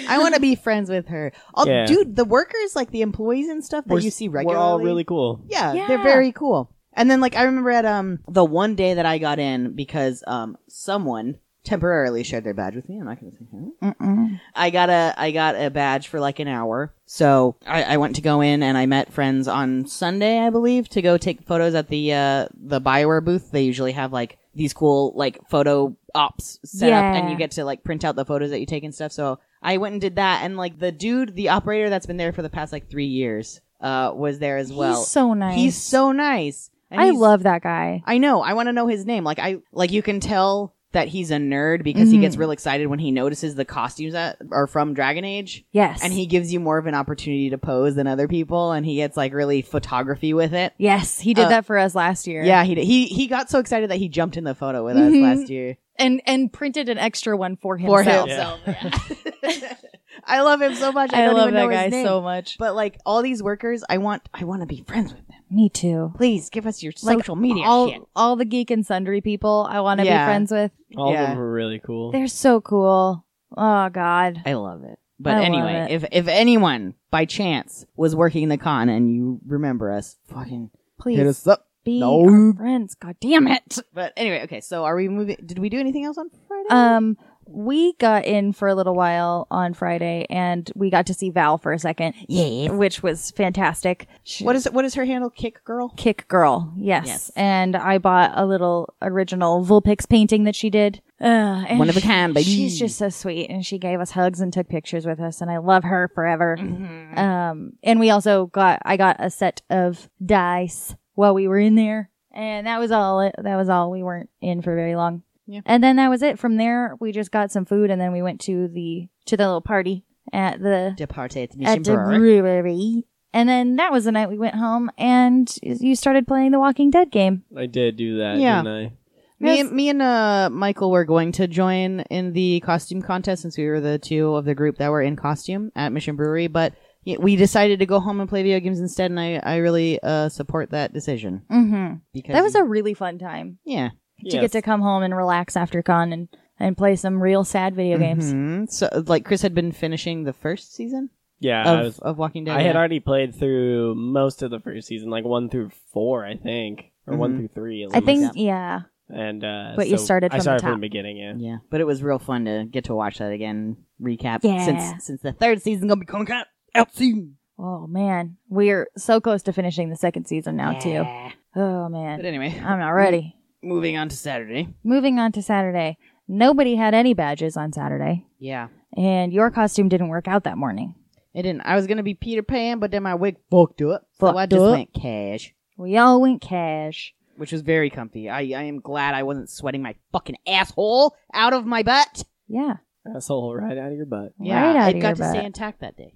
I want to be friends with her. Oh, Yeah. dude, the workers, like the employees and stuff that We're- you see We're regularly, all really cool. yeah, Yeah. they're very cool. And then, like, I remember at um the one day that I got in because um someone temporarily shared their badge with me. I'm not going to say who. Mm-mm. I got a I got a badge for like an hour. So I, I went to go in and I met friends on Sunday, I believe, to go take photos at the uh the Bioware booth. They usually have like these cool like photo ops set up and Yeah. you get to like print out the photos that you take and stuff. So I went and did that and like the dude, the operator that's been there for the past like three years, uh, was there as well. he's so nice. He's so nice. And I he's- love that guy. I know. I want to know his name. Like I like you can tell that he's a nerd because he Mhm. gets real excited when he notices the costumes that are from Dragon Age. Yes, And he gives you more of an opportunity to pose than other people, and he gets like really photography with it. yes, he did Uh, that for us last year. Yeah, he did. he he got so excited that he jumped in the photo with us Mhm. last year and and printed an extra one for for himself. Mm-hmm. himself. *laughs* I love him so much. I, I, don't love even that know guy his name. so much. But like all these workers, I want I want to be friends with them. Me too. Please give us your Like, social media all shit. all the geek and sundry people I want to Yeah. be friends with. All Yeah. of them were really cool. They're so cool. Oh God. I love it. But I love anyway, it. if if anyone by chance was working the con and you remember us, fucking Please up. be No. our friends. God damn it. But anyway, okay. So are we moving? Did we do anything else on Friday? Um, we got in for a little while on Friday, and we got to see Val for a second, yeah. which was fantastic. She- What is what is her handle? Kick girl. Kick Girl? Yes. Yes. And I bought a little original Vulpix painting that she did. Uh, and One of a kind, baby. She's just so sweet, and she gave us hugs and took pictures with us, and I love her forever. Mm-hmm. Um, and we also got I got a set of dice while we were in there, and that was all. It, that was all. We weren't in for very long. Yeah. And then that was it. From there, we just got some food, and then we went to the to the little party at the Departe at the at mission the brewery. brewery. And then that was the night we went home, and you started playing the Walking Dead game. I did do that, Yeah. didn't Me Yes. and, me and uh, Michael were going to join in the costume contest since we were the two of the group that were in costume at Mission Brewery, but y- we decided to go home and play video games instead, and I, I really uh, support that decision. Mm-hmm. Because That was a really fun time yeah. to get to come home and relax after con and, and play some real sad video games. Mhm. So, like, Chris had been finishing the first season yeah, I, of, was, of Walking Dead. I had yeah. already played through most of the first season, like one through four, I think, or one Mhm. through three. At Mm-hmm. I least. think, yeah. And uh, But you so started I from the started from top. the beginning. Yeah. Yeah, but it was real fun to get to watch that again. Recap Yeah. since since the third season gonna be coming out out soon. Oh, man. We're so close to finishing the second season now, too. Yeah. Oh, But man. anyway, I'm not ready. moving on to Saturday. Moving on to Saturday. Nobody had any badges on Saturday, Yeah, and your costume didn't work out that morning. it didn't. I was gonna be Peter Pan, but then my wig fucked up, so I Fucked just up. went cash, We all went cash. which was very comfy. I I am glad I wasn't sweating my fucking asshole out of my butt. Yeah. Asshole right out of your butt. Yeah, Right out I of got your to butt. stay intact that day.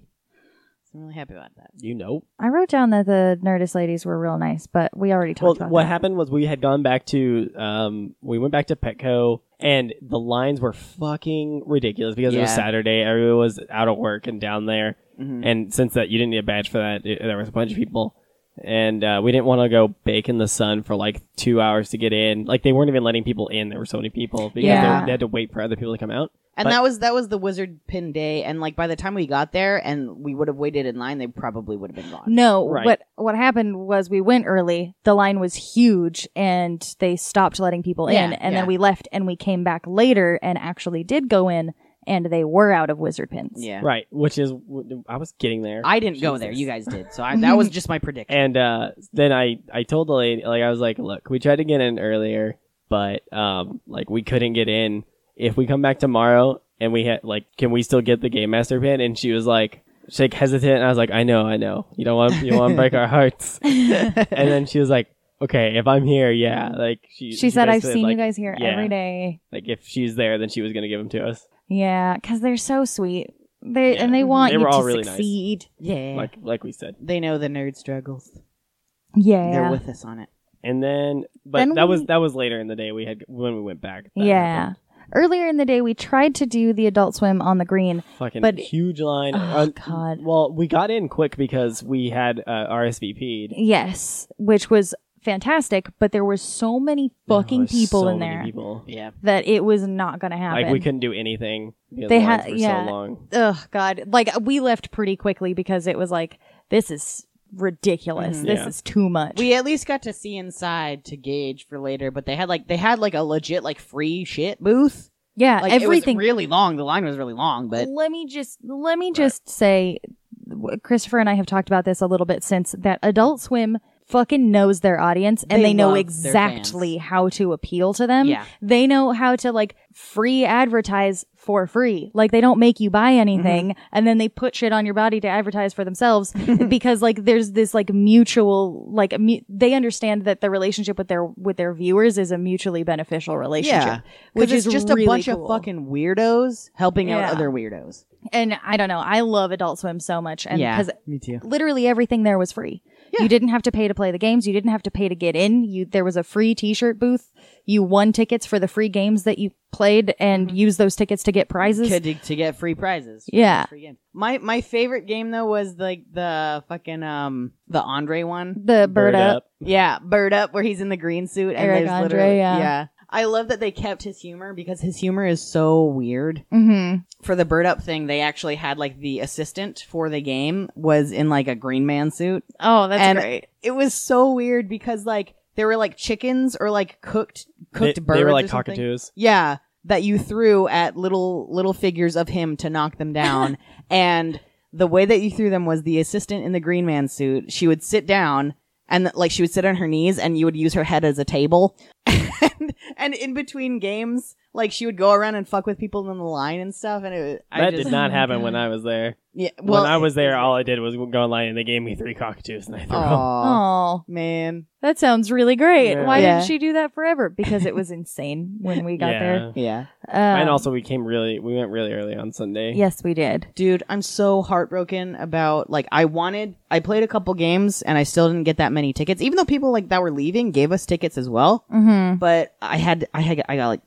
So I'm really happy about that. You know. I wrote down that the Nerdist ladies were real nice, but we already talked Well, about what that. happened was we had gone back to, um, we went back to Petco, and the lines were fucking ridiculous because it was Yeah. Saturday. Everyone was out of work and down there, Mhm. and since that you didn't need a badge for that, it, there was a bunch of people, and uh, we didn't want to go bake in the sun for like two hours to get in. Like they weren't even letting people in. There were so many people because Yeah. they, they had to wait for other people to come out. And But- that was that was the wizard pin day, and like by the time we got there, and we would have waited in line, they probably would have been gone. No, Right. what what happened was we went early. The line was huge, and they stopped letting people in. Yeah, And yeah. then we left, and we came back later, and actually did go in, and they were out of wizard pins. Yeah, Right, which is I was getting there. I didn't go there. Jesus. You guys did. So I, that was just my prediction. And uh, then I, I told the lady, like, I was like, look, we tried to get in earlier, but, um, like, we couldn't get in. If we come back tomorrow and we had, like, can we still get the Game Master pin? And she was like, she's like hesitant. And I was like, I know, I know. You don't want, you don't want to break *laughs* our hearts. and then she was like, okay, if I'm here, yeah. Like, she, She, said, "I've basically, seen you like- guys here yeah. every day." Like, if she's there, then she was going to give them to us. Yeah, because they're so sweet. They Yeah. mm-hmm. and they want They you were all to really nice. succeed. *laughs* yeah. Like, like we said. they know the nerd struggles. They're Yeah, with us on it. And then, but Then that was, we- that was later in the day we had, when we went back. That yeah. happened. Earlier in the day, we tried to do the Adult Swim on the green. fucking But- huge line. Oh, Uh, God. Well, we got in quick because we had uh, RSVP'd. Yes, which was fantastic, but there were so many fucking There was people Oh, so in many there people. Yeah. that it was not going to happen. Like we couldn't do anything. Because They the lines had- were yeah. so long. Ugh, God. Like we left pretty quickly because it was like this is ridiculous. Mhm. This Mm-hmm. Yeah. is too much. We at least got to see inside to gauge for later, but they had like they had like a legit like free shit booth. yeah, Like everything. it was really long. The line was really long, but let me just let me just say w- Christopher and I have talked about this a little bit since that Adult Swim fucking knows their audience and They they, know love their exactly how to appeal to them. Yeah. They know how to like free advertise for free. Like they don't make you buy anything Mm-hmm. and then they put shit on your body to advertise for *laughs* themselves because like there's this like mutual like a mu- they understand that the relationship with their with their viewers is a mutually beneficial relationship. yeah, Which which is is just really a bunch cool. of fucking weirdos helping Yeah. out other weirdos. And I don't know, I love Adult Swim so much and yeah, cuz me too. literally everything there was free. You didn't have to pay to play the games. You didn't have to pay to get in. You there was a free T-shirt booth. You won tickets for the free games that you played and Mm-hmm. used those tickets to get prizes. Kid to, to get free prizes. Yeah. free games. My my favorite game though was like the fucking um the Andre one. The bird, up. Yeah, Bird Up, where he's in the green suit. And Eric there's Andre, literally- yeah. I love that they kept his humor because his humor is so weird. Mm-hmm. For the Bird Up thing, they actually had like the assistant for the game was in like a green man suit. Oh, that's and great. It was so weird because like there were like chickens or like cooked cooked They, birds. they were like or something. cockatoos. Yeah, that you threw at little little figures of him to knock them down. and the way that you threw them was the assistant in the green man suit. She would sit down and like *laughs* she would sit on her knees and you would use her head as a table. and, and in between games, Like she would go around and fuck with people in the line and stuff, and it. was- I that just, did not Oh my happen when God. I was there. Yeah, well, when I was there, all I did was go online and they gave me three cockatoos and I threw them. Aw, *laughs* Oh, man, that sounds really great. Yeah. Why Yeah. didn't she do that forever? Because *laughs* it was insane when we got yeah. there. yeah, Um, and also, we came really, we went really early on Sunday. yes, we did. dude, I'm so heartbroken about like I wanted. I played a couple games and I still didn't get that many tickets, even though people like that were leaving gave us tickets as well. Mm-hmm. But I had, I had, I got like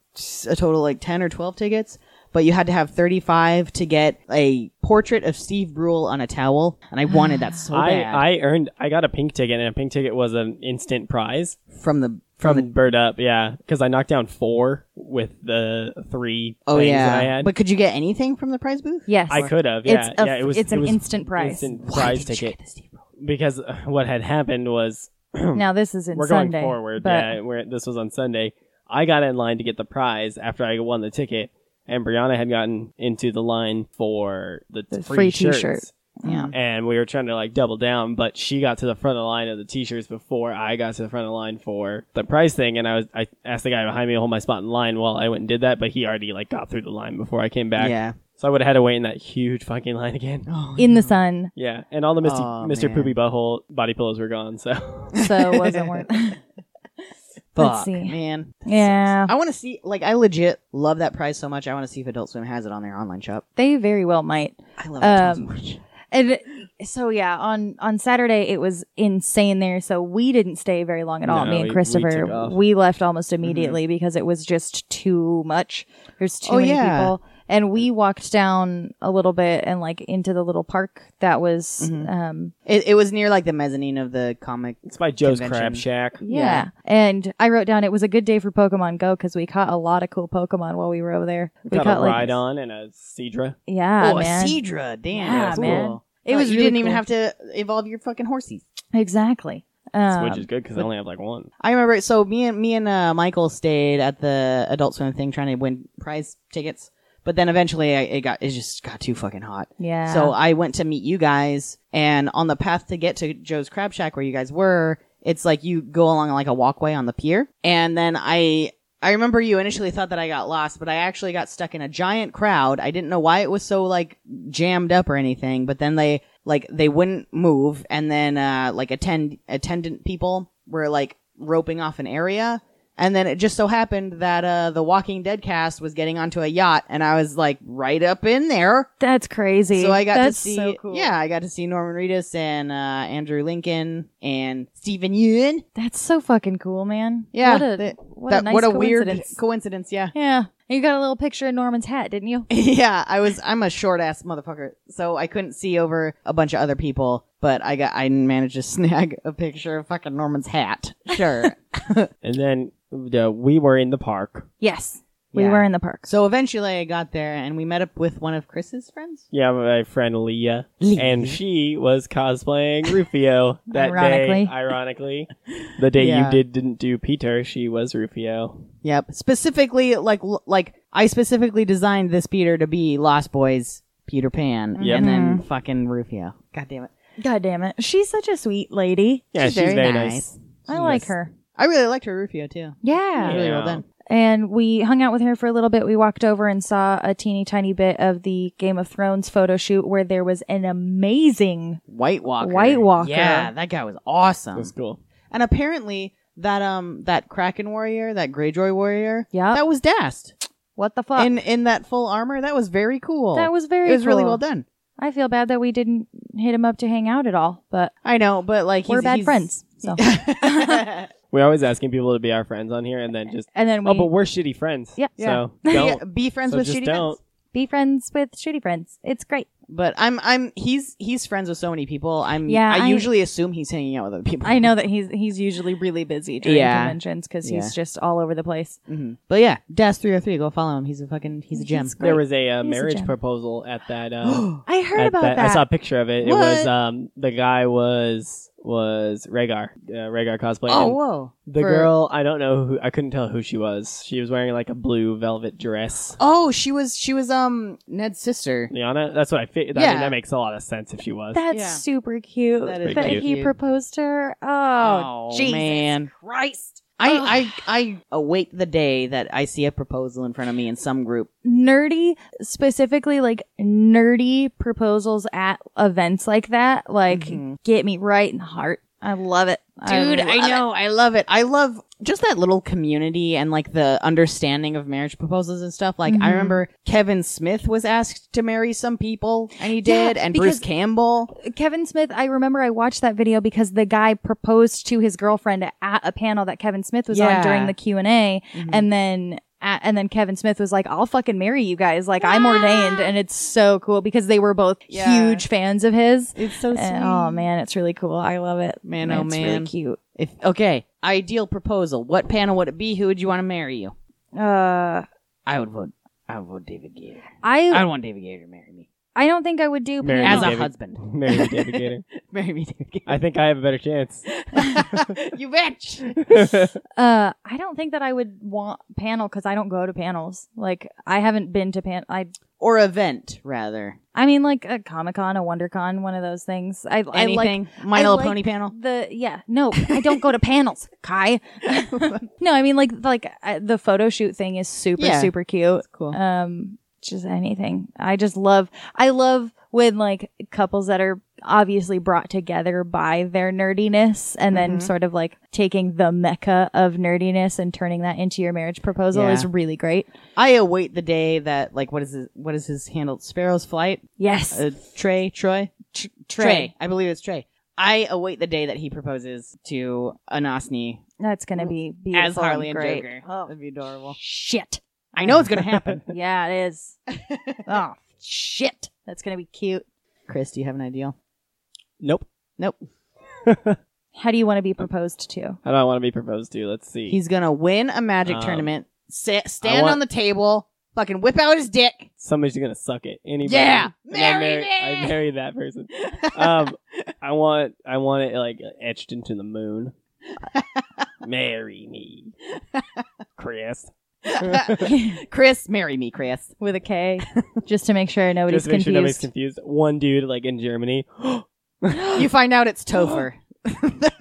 a total like ten or twelve tickets. But you had to have 35 to get a portrait of Steve Brule on a towel, and I wanted that so *sighs* I, bad I earned, I got a pink ticket and a pink ticket was an instant prize from the from Bird Up. Yeah. Because I knocked down four with the three Oh things yeah, that I had. but could you get anything from the prize booth? Yes, I could have. Yeah. It's a- yeah. It was, it's an it was instant prize. Instant *clears throat* Why prize did you ticket. get this deep roll? Because *laughs* uh, what had happened was Now this is in we're going Sunday. forward. but Yeah, we're, this was on Sunday. I got in line to get the prize after I won the ticket, and Brianna had gotten into the line for the, The free free, t-shirt. shirts. Yeah. And we were trying to like double down, but she got to the front of the line of the t-shirts before I got to the front of the line for the prize thing. And I was I asked the guy behind me to hold my spot in line while I went and did that, but he already like got through the line before I came back. Oh, Yeah. So I would have had to wait in that huge fucking line again. *laughs* in the sun, Yeah, and all the Misty, Aw, Mr. man. Poopy Butthole body pillows were gone. So *laughs* so it wasn't worth. *laughs* Let's Fuck, see. man. That Yeah. sucks. I want to see. Like, I legit love that prize so much. I want to see if Adult Swim has it on their online shop. They very well might. I love it so Um, much. And it- so yeah, on on Saturday it was insane there. So we didn't stay very long at all. Me No, we- and we Christopher, took we, off. left almost immediately because it was just too much. There's too Oh, many yeah. people, and we walked down a little bit and like into the little park that was. Um, It, it was near like the mezzanine of the comic. it's by Joe's Convention. Crab Shack. yeah. and I wrote down it was a good day for Pokemon Go because we caught a lot of cool Pokemon while we were over there. We got, a ride on and a Cedra. yeah, oh, Ah, man, a Cedra. Damn. Yeah, that's man. cool. It Oh, was You really didn't even cool. have to evolve your fucking horsies. exactly. Um, which is good because I only have like one. I remember. So me and me and uh, Michael stayed at the Adult Swim thing trying to win prize tickets, but then eventually I, it got it just got too fucking hot. yeah. So I went to meet you guys, and on the path to get to Joe's Crab Shack where you guys were, it's like you go along like a walkway on the pier, and then I. I remember you initially thought that I got lost, but I actually got stuck in a giant crowd. I didn't know why it was so like jammed up or anything, but then they like they wouldn't move and then uh like attend attendant people were like roping off an area and then it just so happened that uh the Walking Dead cast was getting onto a yacht and I was like right up in there that's crazy. so I got that's to see, So cool. yeah, I got to see Norman Reedus and uh, Andrew Lincoln and Stephen Yeun. That's so fucking cool, man. Yeah, What a, that- what that, a nice what a weird coincidence. coincidence, yeah. yeah. You got a little picture of Norman's hat, didn't you? *laughs* yeah, I was. I'm a short ass motherfucker, so I couldn't see over a bunch of other people. But I got. I managed to *laughs* snag a picture of fucking Norman's hat. Sure. *laughs* And then uh, we were in the park. Yes. We Yeah. were in the park. so eventually, I got there and we met up with one of Chris's friends. Yeah, my friend Leah, and she was cosplaying Rufio that Ironically. day. Ironically, the day Yeah. you did didn't do Peter, she was Rufio. Yep. Specifically, like like I specifically designed this Peter to be Lost Boys Peter Mm-hmm. Pan, Yep. and then fucking Rufio. God damn it. God damn it. She's such a sweet lady. Yeah, she's, very, nice. I She like is. her. I really liked her Rufio too. Yeah. Really well Yeah. done. And we hung out with her for a little bit. We walked over and saw a teeny tiny bit of the Game of Thrones photo shoot where there was an amazing White Walker. White Walker. Yeah, that guy was It awesome. was cool. And apparently that um that Kraken warrior, that Greyjoy warrior, Yep. that was Dast what the fuck? in in that full armor. That was very cool. that was very it was really cool. well done. I feel bad that we didn't hit him up to hang out at all, but I know, but like he's, we're bad he's- *laughs* friends. So yeah, We're always asking people to be our friends on here, and then just and then we oh, but we're shitty friends. Yep. Yeah. *laughs* So don't. be friends So with just shitty don't. friends. be friends with shitty friends. It's great. But I'm I'm he's he's friends with so many people. I'm Yeah, I, I- usually assume he's hanging out with other people. I know that he's he's usually really busy during Yeah. conventions because Yeah. he's just all over the place. hmm But yeah, Dast three hundred three. Go follow him. He's a fucking he's a gem. He's *gasps* *gasps* Oh, There was a uh, He's a marriage gem. proposal at that. Uh, I heard at about that. I saw a picture of it. It What? was um the guy was was Rhaegar, uh, Rhaegar cosplay. oh and whoa, the For- girl, I don't know who. I couldn't tell who she was. She was wearing like a blue velvet dress. Oh, she was she was um Ned's sister. Liana, that's what I figured. I Yeah. mean, that makes a lot of sense if she was. *laughs* That's Yeah. super cute. That is but cute. he proposed to her. Oh, Jesus man. Christ! I, I I await the day that I see a proposal in front of me in some group. nerdy specifically like nerdy proposals at events like that like Mhm. get me right in the heart i love it Dude, love I, know, I love it. I love just that little community and like the understanding of marriage proposals and stuff. Like I Mhm. remember Kevin Smith was asked to marry some people and he Yeah, did and Bruce because- Campbell. it. kevin smith i remember i watched that video because the guy proposed to his girlfriend at a panel that kevin smith was Yeah. on during the q&a Mhm. and then a- and then Kevin Smith was like, "I'll fucking marry you guys. Like, I'm ordained, and it's so cool because they were both Yeah. huge fans of his. It's so sweet. And- oh man, it's really cool. I love it. Man, it's oh really man. cute. if okay, ideal proposal. What panel would it be? Who would you want to marry you? Uh, I would vote I would vote David Gator. I *laughs* I would want David Gator to marry me. I don't think I would do Mary As Pam. a David- husband. *laughs* Marry me, David Gator. marry me David Gator. I think I have a better chance. *laughs* you bitch. uh, I don't think that I would want panel because I don't go to panels. Like I haven't been to pan. I Or event rather. I mean like a Comic Con, a WonderCon, one of those things. I I like Anything. I My Little like- Pony panel. the yeah no I don't go to *laughs* panels Kai. *laughs* no, I mean like like I, the photo shoot thing is super Yeah. super cute. Cool. um just anything i just love i love when like couples that are obviously brought together by their nerdiness and then Mhm. sort of like taking the mecca of nerdiness and turning that into your marriage proposal Yeah. is really great I await the day that like what is his what is his handle? Sparrow's flight. yes Uh, Trey. Troy. Tr- Trey. I believe it's Trey. I await the day that he proposes to Anosni that's gonna be beautiful as Harley and, great. Joker. oh That'd be adorable. shit I know *laughs* it's gonna happen. yeah it *laughs* is oh shit that's gonna be cute Chris, do you have an ideal? nope. how do you want to be proposed *laughs* to How do I want to be proposed to? Let's see. He's gonna win a magic Um, tournament, sa- stand want- on the table, fucking whip out his dick. Somebody's gonna suck it. Anybody. Yeah. And I Marry me! I married *laughs* that person. um, I want I want it like etched into *laughs* the moon. Marry me, Chris. *laughs* Chris, marry me, Chris. with a k just to make sure nobody's Just to make sure nobody's confused confused. One dude like in Germany. *gasps* You find out *gasps* it's Topher.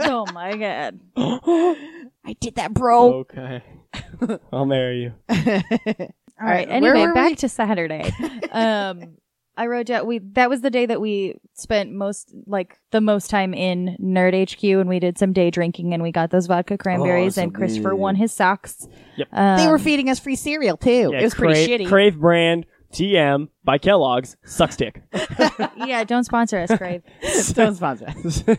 oh my god Oh. I did *laughs* that, bro. okay, *laughs* I'll marry you. All right. All right, where Anyway, were back we? to Saturday. um, I wrote down we that was the day that we spent most like the most time in Nerd HQ, and we did some day drinking, and we got those vodka cranberries, so and Christopher good. won his socks. Oh, Yep. Um, they were feeding us free cereal too. Yeah, it was pretty Crave- shitty. Crave brand TM by Kellogg's sucks dick. yeah, don't sponsor us, Crave. *laughs* don't sponsor us. *laughs*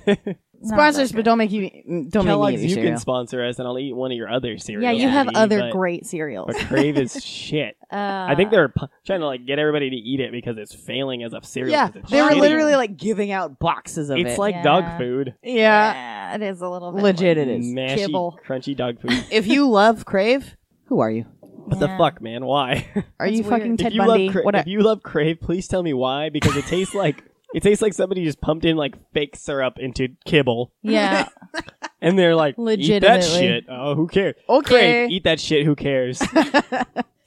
Not Sponsors, vodka. but don't make you don't Kellogg's, make me eat you your cereal. can sponsor us, and I'll eat one of your other cereals. yeah, you have maybe, other but- great cereals. But Crave is shit. Uh, I *laughs* think they're pu- trying to like get everybody to eat it because it's failing as a cereal. yeah, 'cause it's they were shitty. literally like giving out boxes of It's it. like Yeah. dog food. yeah, yeah, it is a little bit legit. like- It is. mashy, kibble. crunchy *laughs* dog food. If you love Crave, who are you? What Yeah. the fuck, man? Why? *laughs* Are That's you weird. fucking Ted if you Bundy? love Cra- what? if you love Crave, please tell me why because it tastes like it tastes like somebody just pumped in like fake syrup into kibble, Yeah, and they're like, eat that Legitimately. shit. Oh, who cares? okay. Crave, eat that shit. Who cares? *laughs*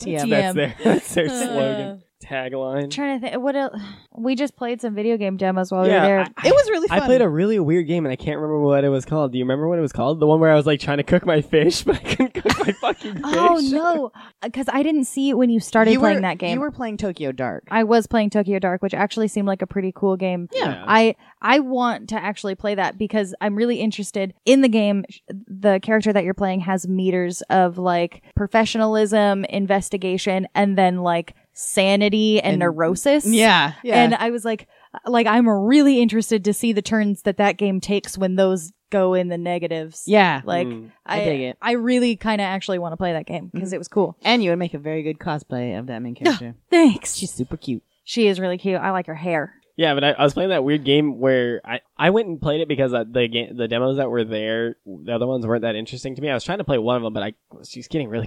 TM. Yeah. That's their *laughs* that's their Uh. slogan *laughs* I'm tagline. trying to think. What else? We just played some video game demos while Yeah, we were *laughs* there. It was really fun. I played a really weird game and I can't remember what it was called. Do you remember what it was called? The one where I was like trying to cook my fish, *laughs* but I couldn't cook my *laughs* fucking fish. Oh no, because I didn't see it when you started you playing were, that game. You were playing Tokyo Dark. I was playing Tokyo Dark, which actually seemed like a pretty cool game. Yeah. I I want to actually play that because I'm really interested in the game. The character that you're playing has meters of like professionalism, investigation, and then like sanity and, And- neurosis. yeah, yeah. And I was like, like I'm really interested to see the turns that that game takes when those go in the negatives. yeah. Like Mm. I, I dig it. I really kind of actually want to play that game Mm-hmm. because it was cool. And you would make a very good cosplay of that main character. Thanks. She's super cute. She is really cute. I like her hair. Yeah, but I, I was playing that weird game where I, I went and played it because uh, the game, the demos that were there, the other ones weren't that interesting to me. I was trying to play one of them, but I was just getting really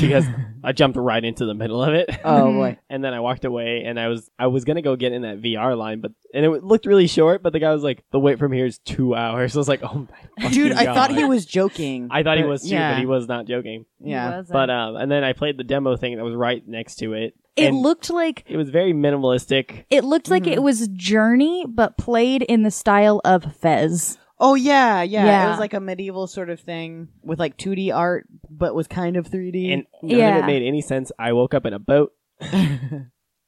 *laughs* because I jumped right into the middle of it, Oh boy. and then I walked away, and I was I was gonna go get in that VR line, but and it looked really short, but the guy was like, "The wait from here is two hours." *laughs* I was like, "Oh *laughs* my Dude, fucking I thought God." he was joking. I thought he but- was too, yeah, but he was not joking. Yeah. But um, and then I played the demo thing that was right next to it. it and Mm-hmm. looked like it was very minimalistic. it looked like Mhm. it was Journey, but played in the style of Fez. Oh yeah, yeah, It Yeah. was like a medieval sort of thing with like 2D art, but was kind of 3D. and none of Yeah. it made any sense. I woke up in *laughs* a boat,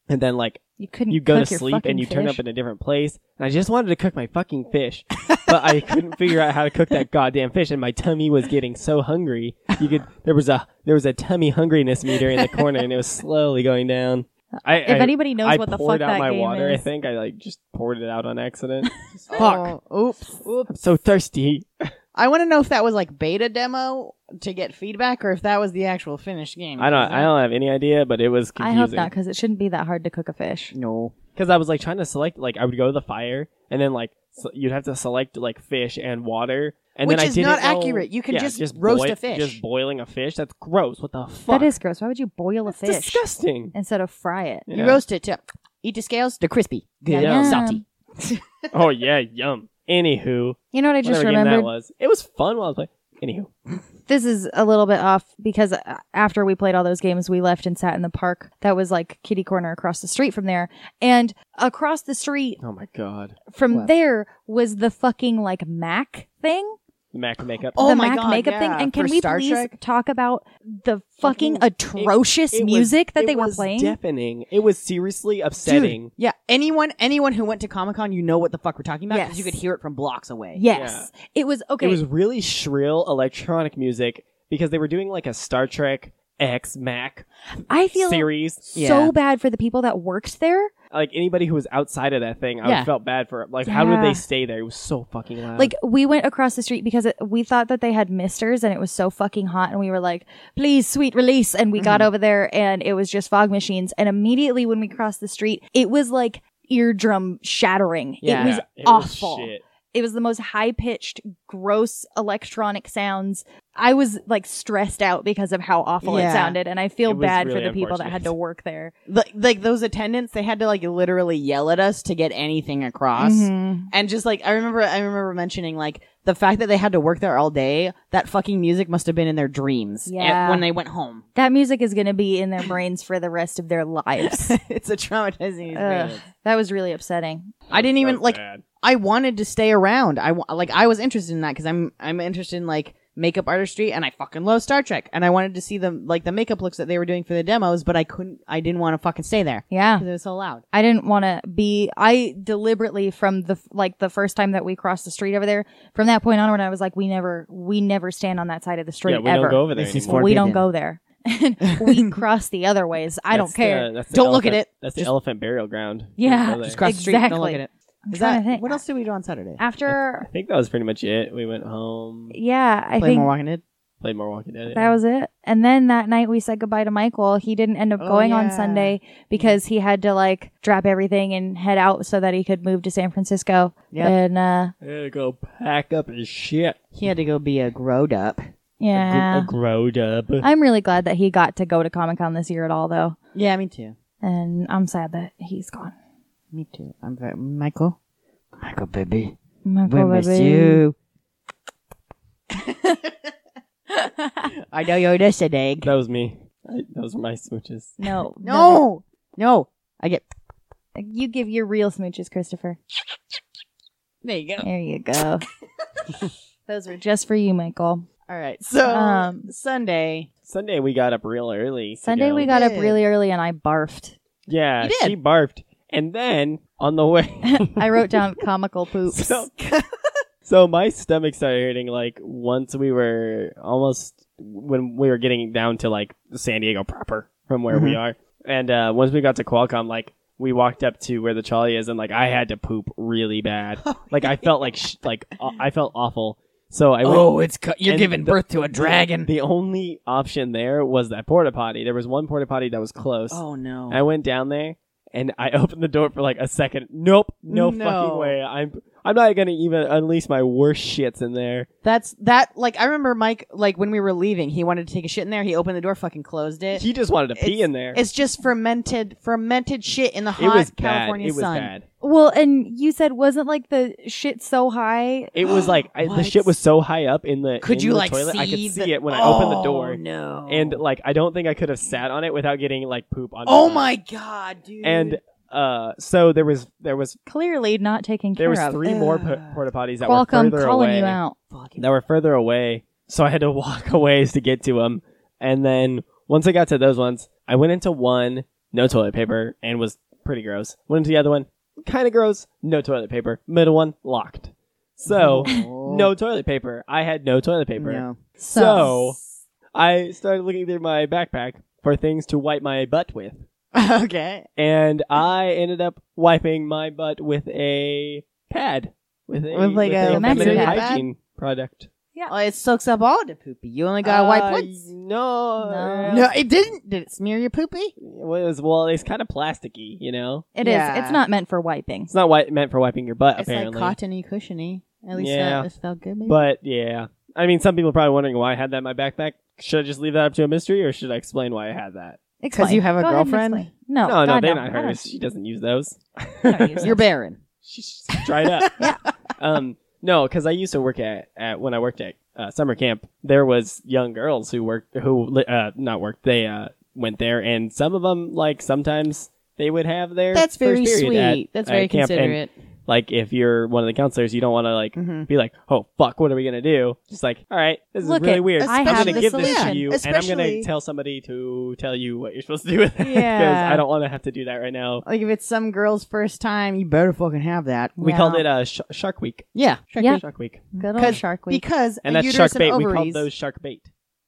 and then like You couldn't. you go to cook your sleep fucking and you turn fish. up in a different place. And I just wanted to cook my fucking fish, but I *laughs* couldn't figure out how to cook that goddamn fish, and my tummy was getting so hungry. You could there was a there was a tummy hungriness meter in the corner, and it was slowly going down. I, If I, anybody knows I what the fuck poured out that my game water. is, Oh. I think I like just poured it out *laughs* on accident. fuck. Oh, oops. I'm so thirsty. I want to know if that was like beta demo to get feedback, or if that was the actual finished game. I don't I don't have any idea, but it was I confusing. hope not because it shouldn't be that hard to cook a fish. No. because I was like trying to select like I would go to the fire and then like so you'd have to select like fish and water and Which then I is didn't not know- accurate. You can Yeah, just roast boi- a fish. Just boiling a fish that's gross. What the fuck? That is gross. Why would you boil a That's fish disgusting. instead of fry it? You roast it to eat the scales. They're crispy. Good. Yeah. Salty. *laughs* oh yeah, yum. Anywho, You know what I just whatever game that remembered? was, it was fun while I was playing. Anywho, This is a little bit off because uh, after we played all those games, we left and sat in the park that was like kitty corner across the street from there. And across the street oh my god, from What? there was the fucking like Mac thing. the Mac makeup. Oh the my Mac God, makeup thing. yeah, And can for we Star please Trek? talk about the fucking, Fucking- atrocious It was- music that it they were was playing? Deafening. It was seriously upsetting. Dude, yeah. Anyone, anyone who went to Comic Con, you know what the fuck we're talking about Yes. because you could hear it from blocks away. yes. It was okay. It was really shrill electronic music because they were doing like a Star Trek X Mac I feel series. so Yeah. bad for the people that worked there. like anybody who was outside of that thing, I Yeah. felt bad for. Like, how did Yeah. they stay there? It was so fucking loud. Like we went across the street because it, we thought that they had misters and it was so fucking hot and we were like, "Please, sweet release." And we got Mm-hmm. over there and it was just fog machines and immediately when we crossed the street, it was like eardrum shattering. Yeah. It was Yeah, it awful. shit. it was the most high-pitched, gross electronic sounds. I was like stressed out because of how awful Yeah. it sounded and I feel It was bad really for the people that unfortunate. had to work there. Like, like those attendants, they had to like literally yell at us to get anything across. Mhm. And just like I remember, I remember mentioning like the fact that they had to work there all day. That fucking music must have been in their dreams. Yeah. at- when they went home, *laughs* That music is going to be in their brains for the rest of their *laughs* lives. it's a traumatizing Ugh, experience. that was really upsetting. I didn't even So like. bad. I wanted to stay around. I wa- like I was interested in that because I'm I'm interested in like makeup artistry and I fucking love Star Trek and I wanted to see the like the makeup looks that they were doing for the demos, but I couldn't. I didn't want to fucking stay there Yeah. because it was so loud. *laughs* I didn't want to be. I deliberately from the like the first time that we crossed the street over there. From that point onward, I was like, we never, we never stand on that side of the street Yeah, we ever. don't go over there This is anymore. We don't Forbidden. go there. And *laughs* we cross the other ways. I don't That's care. the- that's the Don't look elephant- at it. That's the Just- elephant burial ground. *laughs* We Yeah. don't go Just there. cross the street. Don't look Exactly. at it. I'm Is trying that to think. what else did we do on Saturday? I After, think that was pretty much it. We went home, yeah, I Play think more Walking Dead. played more Walking Dead. That was it. And then that night we said goodbye to Michael. He didn't end up Oh, going on yeah. Sunday because he had to like drop everything and head out so that he could move to San Francisco. Yep. And uh Yeah, go pack up his shit. He had to go be a growed up. yeah. A growed up. I'm really glad that he got to go to Comic Con this year at all though. Yeah, me too. And I'm sad that he's gone. Me too. I'm very Michael. Michael, baby, Michael, we miss baby. you. I know you're this an egg. That was me. I, those were my smooches. *laughs* No. *laughs* No, no. I get. no. You give your real smooches, Christopher. There you go. There you *laughs* go. Those were just for you, Michael. All right. So Um, Sunday. Sunday we got up real early. to Sunday go. we got up Yeah. really early and I barfed. Yeah, You did. she barfed, and then on the way, I wrote *laughs* down comical poops. *laughs* So, so my stomach started hurting like once we were almost when we were getting down to like San Diego proper from where we are, and uh, once we got to Qualcomm, like we walked up to where the trolley is, and like I had to poop really bad. like I felt like sh- like aw- I felt awful. So I went, Oh, it's you're giving birth to a The only option there was that porta potty. There was one porta potty that was close. Oh no. I went down there and I *laughs* opened the door for like a second. Nope, no, No. fucking way. I'm I'm not gonna even unleash my worst shits in there. That's that. Like I remember Mike. Like when we were leaving, he wanted to take a shit in there. He opened the door, fucking closed it. He just wanted to pee it's- in there. It it's just fermented, fermented shit in the hot was bad. California It was sun. bad. Well, and you said wasn't like the shit so high. It was like I, the What? shit was so high up in the Could in you the like toilet. see? I could see the- it when I opened the Oh, door, No. and like I don't think I could have sat on it without getting like poop on. oh me. my god, dude. And uh, so there was there was Clearly not taking care there was of. three more Ugh. po- porta potties that Qualcomm were further calling away you out. Fucking that were further away. So I had to *laughs* walk a ways to get to them. And then once I got to those ones, I went into one, no toilet paper, and was pretty gross. Went into the other one, kind of gross, no toilet paper. Middle one, locked. *laughs* So *laughs* no toilet paper. I had no toilet paper. No. So, I started looking through my backpack for things to wipe my butt with. *laughs* okay. And I ended up wiping my butt with a pad. With, a, With like a maxi feminine pad? hygiene product. Well, it soaks up all the poopy. You only got to wipe Uh, once. No. No. No, it didn't. Did it smear your poopy? Well, it was, well, it's kind of plasticky, you know? it is. Yeah. It's not meant for wiping. It's not wi- meant for wiping your butt, It's apparently. like cottony, cushiony. At least Yeah. that it felt good. Maybe. But yeah. I mean, some people are probably wondering why I had that in my backpack. Should I just leave that up to a mystery or should I explain why I had that? Explain. you have a Go ahead and girlfriend? explain. No, no, no, God, they're no. not I don't- hers. She doesn't use those. I don't use *laughs* *laughs* you're those. barren. She's *laughs* dried up. yeah. Um, no, because I used to work at, at when I worked at uh, summer camp. There was young girls who worked who li- uh, not worked. They uh, went there, and some of them like sometimes they would have their That's very *laughs* first sweet. period at- That's at very camp, and, considerate. like if you're one of the counselors, you don't want to like Mm-hmm. be like, oh fuck, what are we gonna do? Just like, all right, this is Look really it, weird. I I'm have gonna the give this to solution. you, and I'm Especially- gonna tell somebody to tell you what you're supposed to do with it Yeah. because I don't want to have to do that right now. Like if it's some girl's first time, you better fucking have that. We Yeah. called it uh, sh- Shark Week. Yeah, shark Yeah. bait. Shark Week. Good old 'Cause- Shark Week. because and a that's uterus shark bait. We called ovaries- those shark bait.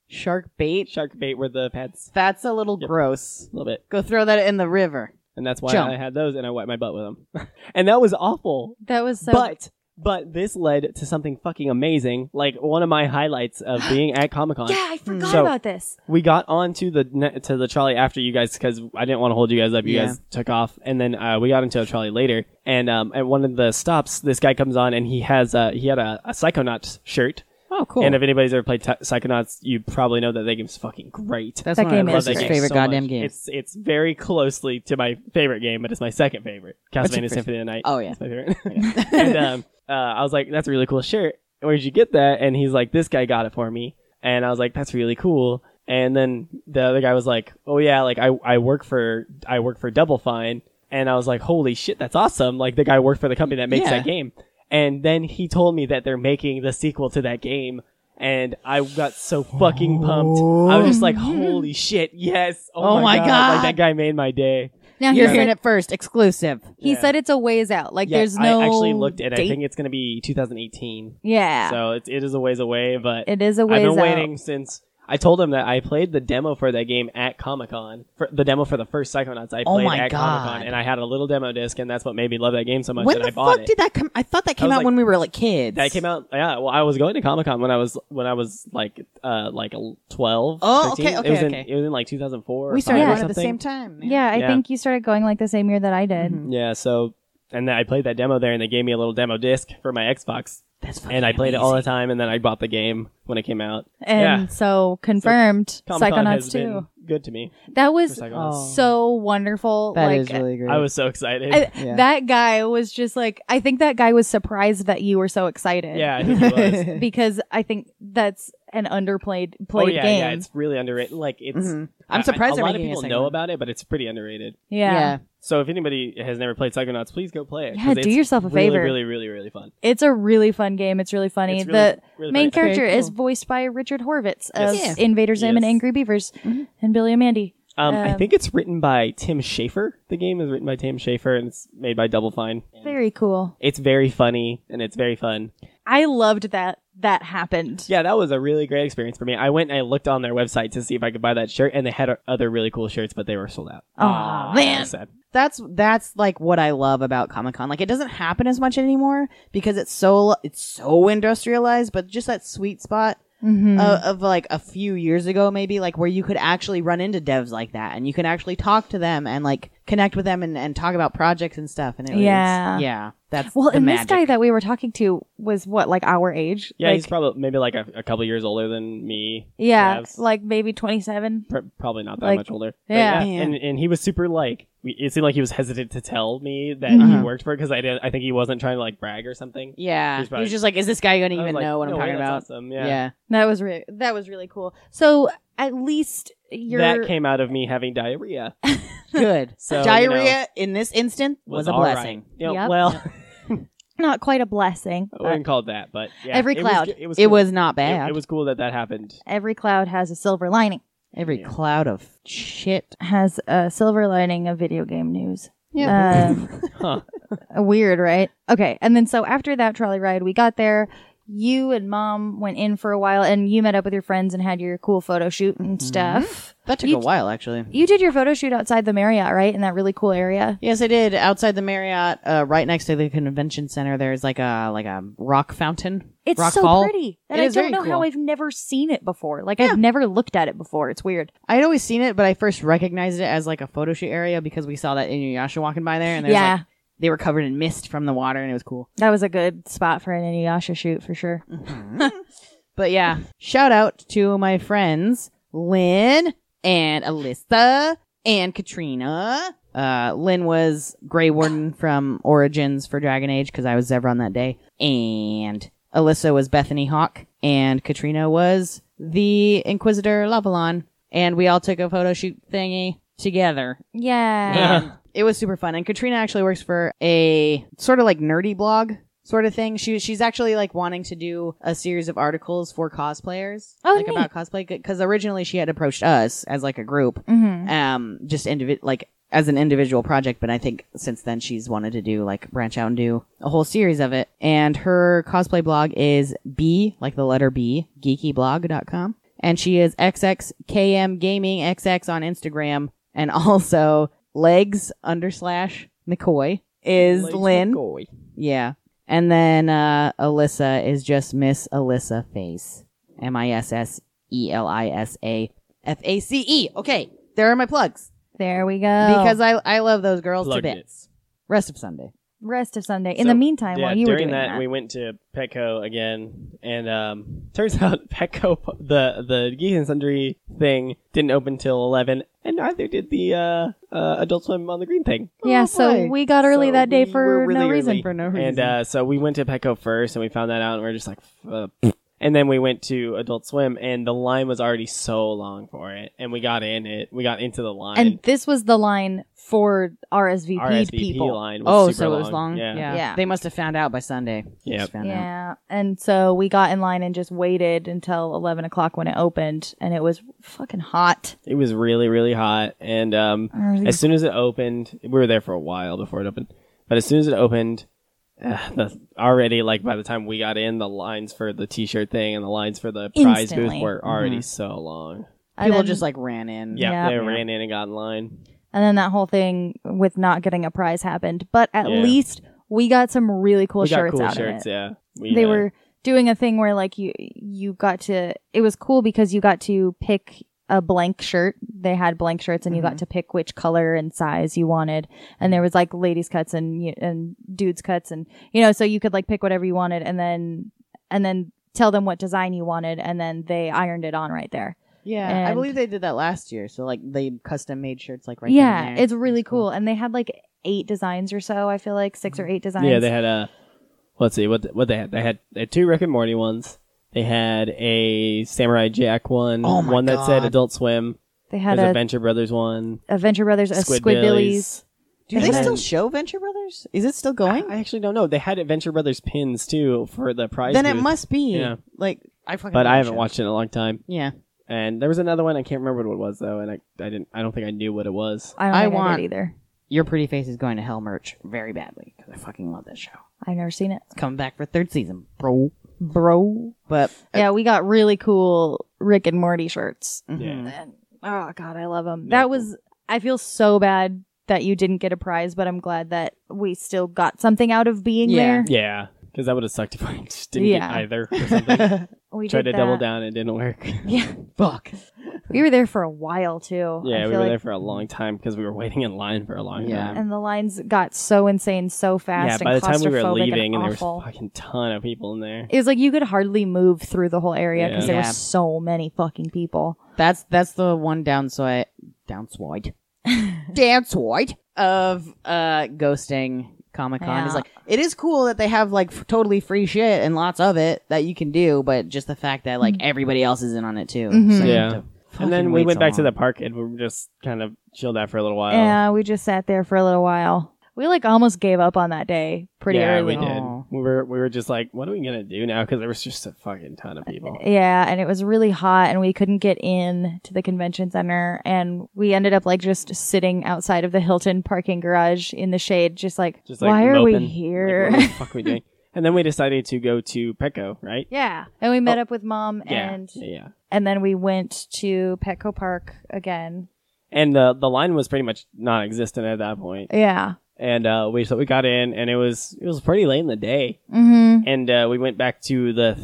shark bait. Shark bait were the pads That's a little Yep. gross. a little bit, Go throw that in the river. and that's why Jump. I had those, and I wiped my butt with them, *laughs* and that was awful. that was so. but but this led to something fucking amazing. Like one of my highlights of being at Comic Con. yeah, I forgot So- about this. we got onto the ne- to the trolley after you guys because I didn't want to hold you guys up. You Yeah. guys took off, and then uh, we got into a trolley later. And um, at one of the stops, this guy comes on, and he has uh, he had a, a Psychonauts shirt. Oh, cool. And if anybody's ever played t- Psychonauts, you probably know that that game's fucking great. that's That one game of is Lester's great. favorite so goddamn much. games. It's it's very closely to my favorite game, but it's my second favorite. What's your Castlevania first- Symphony of the Night. Oh, yeah. It's my favorite. *laughs* and um, uh, I was like, that's a really cool shirt. Where'd you get that? And he's like, this guy got it for me. And I was like, that's really cool. And then the other guy was like, oh yeah, like I, I work for I work for Double Fine. And I was like, holy shit, that's awesome. Like the guy worked for the company that makes Yeah. that game. And then he told me that they're making the sequel to that game. And I got so fucking pumped. I was just like, holy shit, yes. Oh, my god. Like that guy made my day. Now You're he hearing said, it first, exclusive. he Yeah. said it's a ways out. Like Yeah, there's no. I actually looked at it. I date. think it's going to be 2018. Yeah, So it, it is a ways away, but it is a I've ways been out. waiting since I told him that I played the demo for that game at Comic Con. The demo for the first Psychonauts I played Oh my at Comic Con, God. and I had a little demo disc, and that's what made me love that game so much when that the I bought fuck it. did that come? I thought that came was out like- when we were like kids. that came out, yeah. Well, I was going to Comic Con when I was when I was like uh like twelve. Oh, 13. okay, okay, It was, okay. In, it was in like two thousand four. We started Yeah. one at the same time. man. Yeah, I Yeah. think you started going like the same year that I did. Mhm. Yeah. So and then I played that demo there, and they gave me a little demo disc for my Xbox, That's fucking and I played it all the amazing. time. And then I bought the game when it came out. And Yeah. so confirmed Comic-Con has Psychonauts 2. been good to me. That was for Psychonauts. so wonderful. That like is really great. *laughs* I was so excited. I- Yeah. that guy was just like I think that guy was surprised that you were so excited. *laughs* yeah, *laughs* I think it was. Because I think that's an underplayed oh played yeah, game. Mm-hmm. yeah, it's really underrated. Like it's, Mhm. I'm I- surprised I- they're a lot of making a people second know one. about it, but it's pretty underrated. yeah. So if anybody has never played Psychonauts, please go play it. Yeah, 'cause do it's yourself a really, favor. Really, really, really fun. It's a really fun game. It's really funny. It's really- the really main funny. Very character is cool. voiced by Richard Horvitz of Yes. Mm-hmm. Invader Zim and Yes. Angry Beavers and Billy and Mandy. Um, I um, think it's written by Tim Schafer. The game is written by Tim Schafer and it's made by Double Fine. Very cool. It's very funny and it's very fun. I loved that that happened. Yeah, that was a really great experience for me. I went and I looked on their website to see if I could buy that shirt, and they had o- other really cool shirts, but they were sold out. Aw, man. sad. that's that's like what I love about Comic Con. Like it doesn't happen as much anymore because it's so it's so industrialized, but just that sweet spot Mhm. of, of like a few years ago, maybe like where you could actually run into devs like that and you can actually talk to them and like connect with them and, and talk about projects and stuff. And it was- Yeah. yeah, that's Well, the and magic. this guy that we were talking to was what, like our age? Yeah, like, he's probably maybe like a, a couple years older than me. yeah, Perhaps. like maybe twenty seven. Pr- probably not that Like, much older. yeah. Man. and, and he was super like we- it seemed like he was hesitant to tell me that he Mhm. worked for because I didn't. I think he wasn't trying to like brag or something. yeah, He he was was, probably- just like, is this guy gonna I was even like, know what I'm "No way, talking about? that's awesome. Yeah. That was re- that was really cool. So at least you're that came out of me having diarrhea. *laughs* Good. So, Diarrhea you know, in this instant was, a all right. blessing. You know, Yep. Well, Not quite a blessing. Oh, I wouldn't call it that, but yeah, Every it was cloud. g- It was. It cool. was not It- bad. It, was cool that that happened. *laughs* Every cloud has a silver lining. Every Yeah. cloud of shit. Has a silver lining of video game news. Um, Huh. Weird, right? Okay. And then so after that trolley ride, we got there. You and mom went in for a while and you met up with your friends and had your cool photo shoot and stuff. *laughs* That took You a while, actually. You did your photo shoot outside the Marriott, right? In that really cool area. Yes, I did. Outside the Marriott, uh, right next to the convention center, there's like a like a rock fountain. It's rock so fall. pretty. And It I is don't very know how cool. I've never seen it before. Like I've never looked at it before. It's weird. I'd always seen it, but I first recognized it as like a photo shoot area because we saw that Inuyasha walking by there, and there's Yeah. like, they were covered in mist from the water, and it was cool. That was a good spot for an Inuyasha shoot for sure. But yeah, shout out to my friends Lynn and Alyssa and Katrina. Uh, Lynn was Grey Warden from Origins for Dragon Age because I was Zevra on that day, and Alyssa was Bethany Hawk, and Katrina was the Inquisitor Lavalon, and we all took a photo shoot thingy together. Yeah. And it was super fun. And Katrina actually works for a sort of like nerdy blog sort of thing. She she's actually like wanting to do a series of articles for cosplayers, Oh, like about cosplay, because originally she had approached us as like a group, hmm um, just individ like as an individual project. But I think since then she's wanted to do like branch out and do a whole series of it. And her cosplay blog is B, like the letter B, geekyblog.com. And she is XXKM Gaming XX on Instagram and *laughs* also legs under slash McCoy is Lynn. Yeah. And then uh, Alyssa is just Miss Alyssa Face. M I S S E L I S A F A C E. Okay. There are my plugs. There we go. Because I, I love those girls Oh. Plugged to it. bits. Rest of Sunday. rest of Sunday. In So, the meantime, yeah, while you were during doing that, that, we went to Petco again, and um, *laughs* turns out Petco the the Geek and Sundry thing didn't open till eleven, and neither did the uh, uh, Adult Swim on the Green thing. yeah, Oh, so boy. we got early So that day we for were really no reason. early. For no And reason. uh, so we went to Petco first, and we found that out, and we are just like, uh, pfft. and then we went to Adult Swim, and the line was already so long for it, and we got in it, we got into the line, And this was the line for RSVP RSVP people. line was Oh, super so it was long? yeah, Yeah. They must have found out by Sunday. Yep. Just found out. Yeah. And so we got in line and just waited until 11 o'clock when it opened, and it was fucking hot. it was really really hot, and um, as soon as it opened, we were there for a while before it opened. But as soon as it opened, uh, the, already like by the time we got in, the lines for the T-shirt thing and the lines for the prize Instantly. booth were Mm-hmm. already so long. And People then- just like ran in. Yeah, Yeah. they ran in and got in line. And then that whole thing with not getting a prize happened, but at Yeah. least we got some really cool we got shirts cool out of shirts. it. Yeah, We, They uh, were doing a thing where like you you got to it was cool because you got to pick a blank shirt. They had blank shirts and Mm-hmm. you got to pick which color and size you wanted. And there was like ladies cuts and y- and dudes cuts and you know so you could like pick whatever you wanted and then and then tell them what design you wanted and then they ironed it on right there. Yeah. I And- believe they did that last year. So, like, they custom made shirts, like, right then yeah, and there. it's really cool. And they had like eight designs or so. I feel like six Mm-hmm. or eight designs. Yeah, they had a. Let's see what th- what they had. They had they had two Rick and Morty ones. They had a Samurai Jack one, Oh my one that said God. Adult Swim. They There's had a a, Venture Brothers one. a Venture Brothers, a Squidbillies. Squidbillies. Do they and then- still show Venture Brothers? Is it still going? I actually don't know. They had Adventure Brothers pins too for the prize. then it booth, must be. Yeah. Like, I fucking But love I haven't shows. watched it in a long time. Yeah. And there was another one I can't remember what it was though, and I, I didn't I don't think I knew what it was. I don't I think I want- did either. Your Pretty Face is going to hell merch very badly because I fucking love that show. I've never seen it. It's coming back for third season, bro, bro. But yeah, we got really cool Rick and Morty shirts. mhm. Mm-hmm. And, oh God, I love them. They're That was. I feel so bad that you didn't get a prize, but I'm glad that we still got something out of being there. Yeah. Yeah, because that would have sucked if I just didn't Yeah. get either. *laughs* Or something. We *laughs* Tried did to double that. down, it didn't work. Yeah, *laughs* fuck. we were there for a while too. I Yeah, feel we were like- there for a long time because we were *laughs* waiting in line for a long Yeah. time. and the lines got so insane so Yeah, fast. by the and time we were claustrophobic leaving, and and there awful. was a fucking ton of people in there. It was like you could hardly move through the whole area because Yeah. there Yeah. were so many fucking people. That's that's the one downside *laughs* downside downside of uh ghosting Comic Con Yeah. is like it is cool that they have like f- totally free shit Mm-hmm. and lots of it that you can do, but just the fact that like everybody else is in on it too. Mhm. So you have Yeah. to and then we went back to the park and we were just kind of chilled out for a little while. Yeah, we just sat there for a little while. We like almost gave up on that day pretty yeah, early. we did. Aw. We were we were just like, what are we gonna do now? Because there was just a fucking ton of people. Yeah, and it was really hot and we couldn't get in to the convention center and we ended up like just sitting outside of the Hilton parking garage in the shade just like, Just like why are we moping. Like, here? what the fuck are we doing? And then we decided to go to Petco, right? *laughs* yeah. And we met up with mom Oh. Yeah. and yeah. and then we went to Petco Park again. And the the line was pretty much non-existent at that point. Yeah. And uh, we so we got in, and it was it was pretty late in the day. *laughs* Mhm. And uh, we went back to the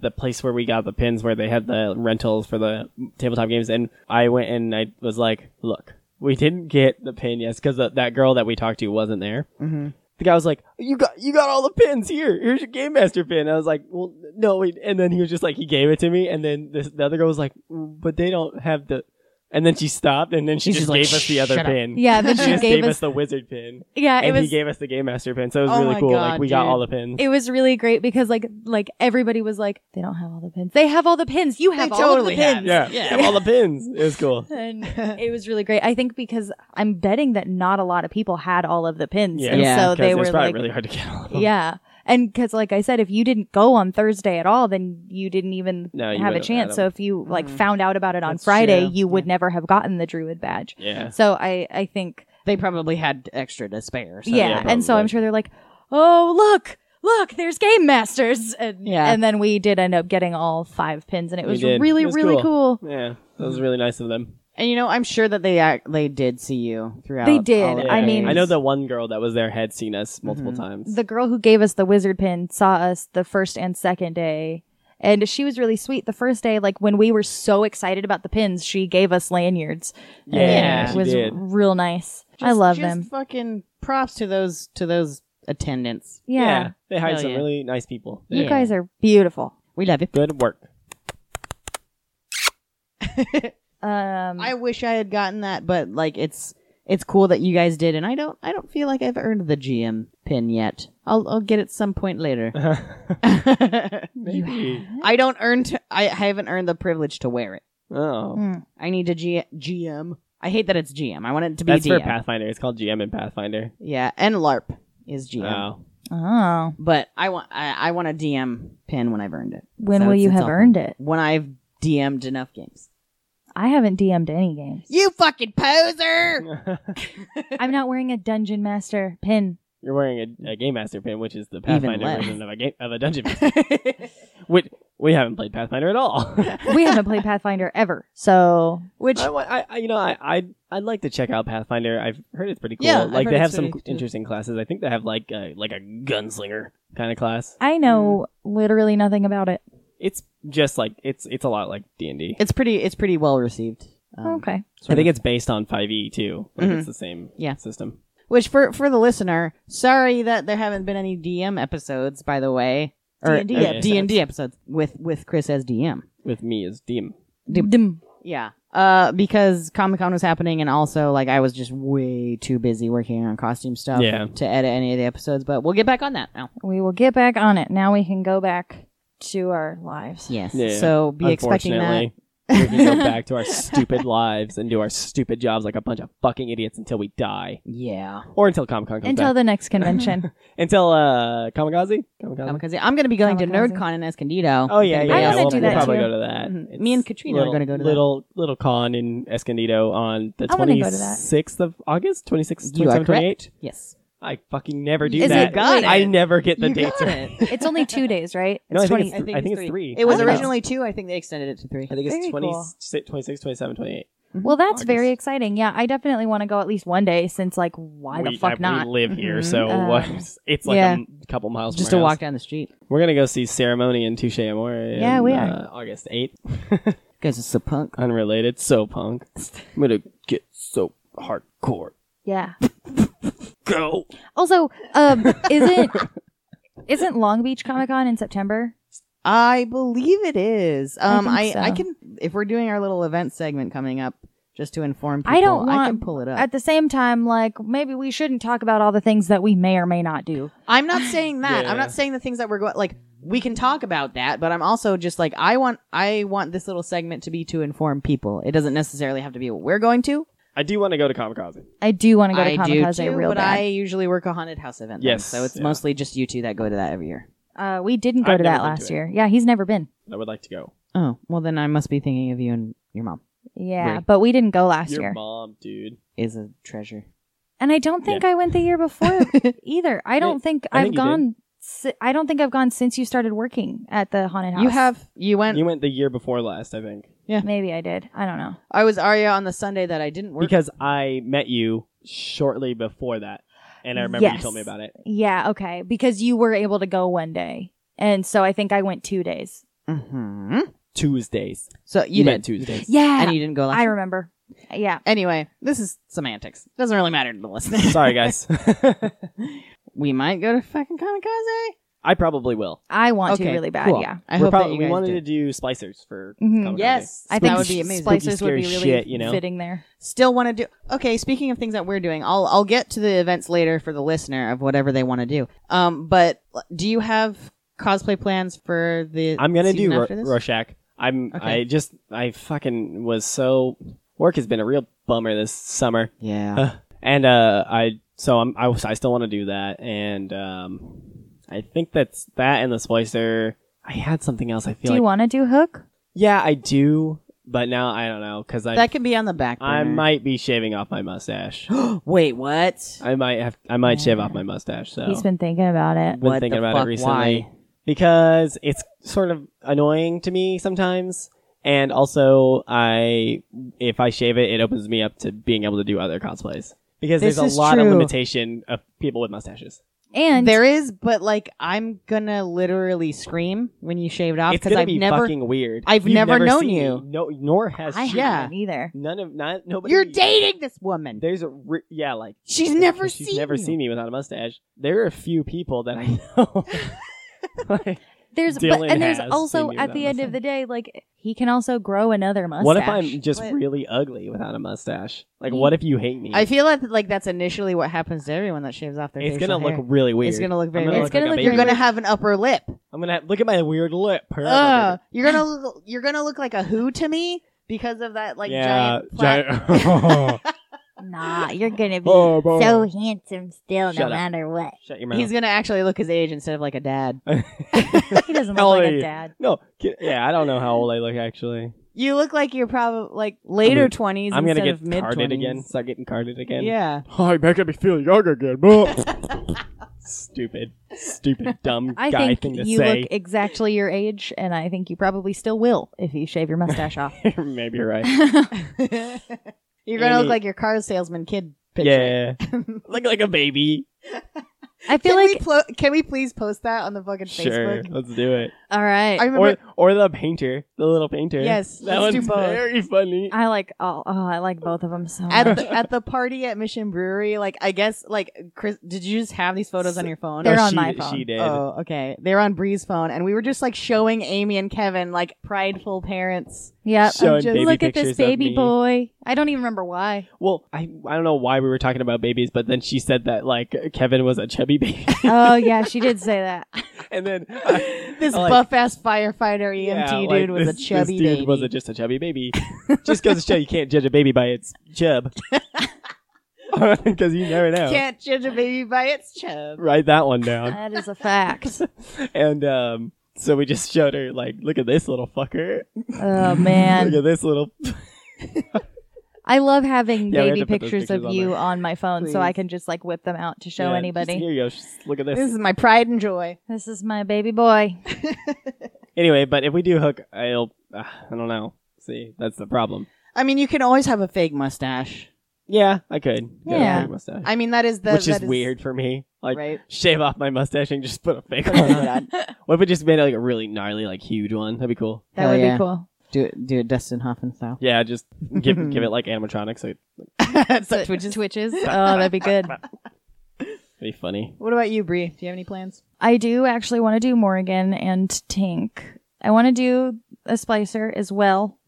the place where we got the pins, where they had the rentals for the tabletop games. And I went and I was like, look, we didn't get the pin, yes, because that girl that we talked to wasn't there. Mhm. The guy was like, "You got, you got all the pins here. Here's your game master pin." I was like, "Well, no." we-" And then he was just like, he gave it to me, and then this, the other girl was like, "But they don't have the." And then she stopped, and then she She's just just like, gave us the other "Shut up." pin. Yeah, then she she just gave us the wizard pin, *laughs* Yeah, it and was he gave us the game master pin. So it was Oh really my cool. like God, we got dude. all the pins. it was really great because like like everybody was like they don't have all the pins. They have all the pins. You have all totally of the have. pins. *laughs* yeah, Yeah. have all the pins. It was *laughs* cool. and it was really great. I think because I'm betting that not a lot of people had all of the pins, Yeah. and Yeah, so 'Cause they it were was probably like, really hard to get all of them. yeah. And because, like I said, if you didn't go on Thursday at all, then you didn't even No, you have a wouldn't have chance. had So if you like found out about it on That's Friday, true. you would never have gotten the Druid badge. Yeah. So I, I think, They probably had extra to spare. So. yeah. yeah, and so probably. I'm sure they're like, oh look, look, there's game masters, and Yeah. And then we did end up getting all five pins, and it We was did. really, It was really cool. Yeah, that was really nice of them. And you know, I'm sure that they act, they did see you throughout. They did. all of the I Yeah. Mm-hmm. mean- I know days. the one girl that was there had seen us multiple times. the girl who gave us the wizard pin saw us the first and second day and she was really sweet the first day like when we were so excited about the pins she gave us lanyards Yeah, And it she was did. real nice i Just- love just them Fucking props to those to those attendants. yeah, they hired Hell some yeah. really nice people. you Yeah. guys are beautiful We love you. Good work. *laughs* um I wish I had gotten that, but like it's it's cool that you guys did, and I don't I don't feel like I've earned the GM pin yet. I'll I'll get it some point *laughs* later. *laughs* Maybe. I don't earn to, I I haven't earned the privilege to wear it. Oh, mm. I need to G- GM. I hate that it's GM. I want it to be that's for DM. Pathfinder. It's called GM and Pathfinder. yeah, and LARP is GM. Oh, oh But I want I, I want a DM pin when I've earned it. when So will it's- you it's have all- earned it When I've DM'd enough games. i haven't dm'd any games You fucking poser! *laughs* i'm not wearing a dungeon master pin *laughs* you're wearing a, a game master pin, which is the Pathfinder less. version of a game of a *laughs* dungeon master. Which we haven't played Pathfinder at all. *laughs* we haven't played pathfinder ever so *laughs* Which I, want- I, I- you know, I, I'd, I'd like to check out Pathfinder. I've heard it's pretty cool. Yeah, I've like heard they it's have some pretty cool, too. interesting classes. I think they have like a, like a gunslinger kind of class. i know Hmm. literally nothing about it It's just like it's it's a lot like D and D. it's pretty it's pretty well received. Um, okay I think it's based on 5e too. Like Mhm. It's the same Yeah. system. Which for for the listener, sorry that there haven't been any DM episodes, by the way, or uh, D&D D episodes. and D episodes with with Chris as DM. With me is Deem. Dim- Dim. Yeah, uh, because Comic Con was happening, and also like I was just way too busy working on costume stuff Yeah. to edit any of the episodes. But we'll get back on that now. We will get back on it. Now we can go back to our lives. Yes. Yeah. So be expecting that. Unfortunately, we can go *laughs* back to our stupid lives and do our stupid jobs like a bunch of fucking idiots until we die, Yeah. or until Comic Con comes Until back. the next *laughs* convention. until uh, Kamikaze. Kamikaze. Kamikaze. I'm going to be going Kamikaze. to NerdCon in Escondido. Oh yeah, yeah. I yeah. wanna we'll, do we'll that probably too. Mm-hmm. go to that. Mhm. It's Me and Katrina are little, gonna go to that. little little con in Escondido on the I wanna twenty go to that. sixth of August, 26th, You are 27th, 28th. correct. Yes. I fucking never do Is it that. got I it? never get the You dates. got right. it. it's only two days, right? No, I 20 think it's *laughs* I think it's three. It was Oh. originally two. I think they extended it to three. I think it's Very 20, cool. 26, 27, 28. well, that's August. very exciting. Yeah, I definitely want to go at least one day since, like, why we, the fuck I- not? We live here, Mhm. so Uh, what? *laughs* It's like yeah. a m- couple miles. Just to from our walk house. down the street. We're gonna go see ceremony in Touche Amore. in, Yeah, we are. uh, August eighth. You guys are so punk. Unrelated. So punk. I'm gonna get so hardcore. yeah. Go. Also, um, *laughs* isn't isn't Long Beach Comic Con in September? I believe it is. Um, think I, so. I, can if we're doing our little event segment coming up, just to inform people. I don't I want- can pull it up. At the same time, like, maybe we shouldn't talk about all the things that we may or may not do. I'm not saying that. I'm Yeah. not saying the things that we're going like. we can talk about that, but I'm also just like I want I want this little segment to be to inform people. It doesn't necessarily have to be what we're going to. I do want to go to Kamikaze. I do want to go to I do Kamikaze too, real but I bad. usually work a haunted house event. Yes, so it's yeah. mostly just you two that go to that every year. uh, we didn't go I've to never that been last to it. year. Yeah, he's never been. I would like to go. Oh well, then I must be thinking of you and your mom Yeah, Right. but we didn't go last Your year. mom, dude. is a treasure. And I don't think I went the year *laughs* before either. I don't think I I've think you did. gone. Si- I don't think I've gone since you started working at the haunted house. You have you went. You went the year before last, I think, Maybe I did. I don't know. I was Aria on the Sunday that I didn't work. because I met you shortly before that, and I remember you Yes. told me about it. Yeah, okay. Because you were able to go one day. And so I think I went two days. hmm Tuesdays. So you, met did, *laughs* Tuesdays. Yeah. and you didn't go last. I remember. Yeah. anyway, this is semantics. Doesn't really matter to the listener. *laughs* Sorry, guys. we might go to fucking kamikaze. I probably will. I want to Okay, really bad. cool. Yeah. I We're hope prob- that you we guys wanted do. to do splicers for Mhm. Kamikaze. Yes, I that think would be amazing. splicers would be Spooky, really scary shit, you know? fitting there. Still want to do. Okay, speaking of things that we're doing, I'll I'll get to the events later for the listener of whatever they want to do. Um, but do you have cosplay plans for the? I'm gonna season do Ro- after this? Rorschach. I'm. Okay. I just. I fucking was so. Work has been a real bummer this summer, *laughs* Yeah. and uh, I. So I'm. I, was- I still want to do that, and um, I think that's that and the splicer. I had something else. I feel Do you like. want to do hook? yeah, I do, but now I don't know because I. that could be on the back. Burner. I might be shaving off my mustache. *gasps* Wait, what? I might have. I might shave off my mustache. So He's been thinking about it. been What thinking the about fuck? it recently Why? because it's sort of annoying to me sometimes and also i if i shave it it opens me up to being able to do other cosplays because This there's is a lot of true. limitation of people with mustaches And There is, but like I'm gonna literally scream when you shave it off it's because gonna I've be never. fucking weird I've You've never known seen you. me. no nor has I she yeah. haven't either. none of not nobody You're dating this woman. there's a re- yeah like She's never she's seen. never you. seen me without a mustache there are a few people *laughs* that i know Like, There's Dylan but, and there's has also seen you at the without end mustache. of the day, like he can also grow another mustache. What if I'm just What? really ugly without a mustache? Like, Mm. what if you hate me? I feel like like that's initially what happens to everyone that shaves off their. it's facial gonna hair. look really weird. It's gonna look very. I'm gonna It's weird. look gonna like a look baby. You're gonna have an upper lip. I'm gonna look at my weird lip. Her- Ugh. you're gonna look, you're gonna look like a who to me because of that like yeah, giant. plat- giant- *laughs* Nah, *laughs* you're gonna be Oh, boy. so handsome still, Shut no up. matter *laughs* what. *laughs* Shut your mouth. He's gonna actually look his age instead of like a dad. *laughs* He doesn't How look old like are a you? dad. *laughs* no, ki- yeah, I don't know how old I look actually. You look like you're probably like later I'm twenties. I'm gonna instead get of mid carded again. Start getting carded again. Yeah, Hi, making me feel young again. *laughs* stupid, stupid, dumb I guy think thing to you say. look exactly your age, and I think you probably still will if you shave your *laughs* mustache off. Maybe you're right. you're gonna look Amy- like your car salesman kid. Picture. Yeah, look like *laughs* a baby. I feel Can like we plo- can we please post that on the fucking Sure, Facebook? let's do it. all right. I I, remember. Or or the painter, the little painter. Yes, that let's do one's both. Uh, very funny. like all. Oh, I like both of them so *laughs* at much. *laughs* the, at the party at Mission Brewery, like I guess, like Chris, did you just have these photos on your phone? They're No, on she, my phone. She did. Oh, okay. They were on Bree's phone, and we were just like showing Amy and Kevin like prideful parents. yep. showing I'm just- baby look at this pictures of baby me. boy. I don't even remember *laughs* why. Well, I I don't know why we were talking about babies, but then she said that like Kevin was a chubby baby, *laughs* oh yeah, she did say that. and then *laughs* This Like- buff ass firefighter EMT yeah, dude like, was this- a chubby this dude baby. was a, just a *laughs* chubby baby. just goes to show you can't judge a baby by its chub, *laughs* because you never know. Can't judge a baby by its chub. Write that *laughs* one down. That is a fact. and um, so we just showed her like, look at this little fucker. Oh man, look at this little. I love having Yeah, we have baby to put those pictures of pictures on you there. on my phone, so I Please. can just like whip them out to show Yeah, just- anybody. here you go. Just look at this. This is my pride and joy. This is my baby boy. Anyway, but if we do hook, I'll. Uh, I don't know. See, that's the problem. I mean, you can always have a fake mustache. Yeah, I could. go with Yeah. a fake mustache. I mean, that is the which that is weird for me. Like, right? shave off my mustache and just put a *laughs* fake Oh, one. God. what if we just made like a really gnarly, like huge one? That'd be cool. That Hell would yeah. be cool. do it, do it, Dustin Hoffman *laughs* style. Yeah, just give give it like animatronics. *laughs* It'd so, twitches, twitches. Oh, that'd be *laughs* good. be funny. what about you, Bree? Do you have any plans? I do actually want to do Morrigan and Tink. I want to do a splicer as well.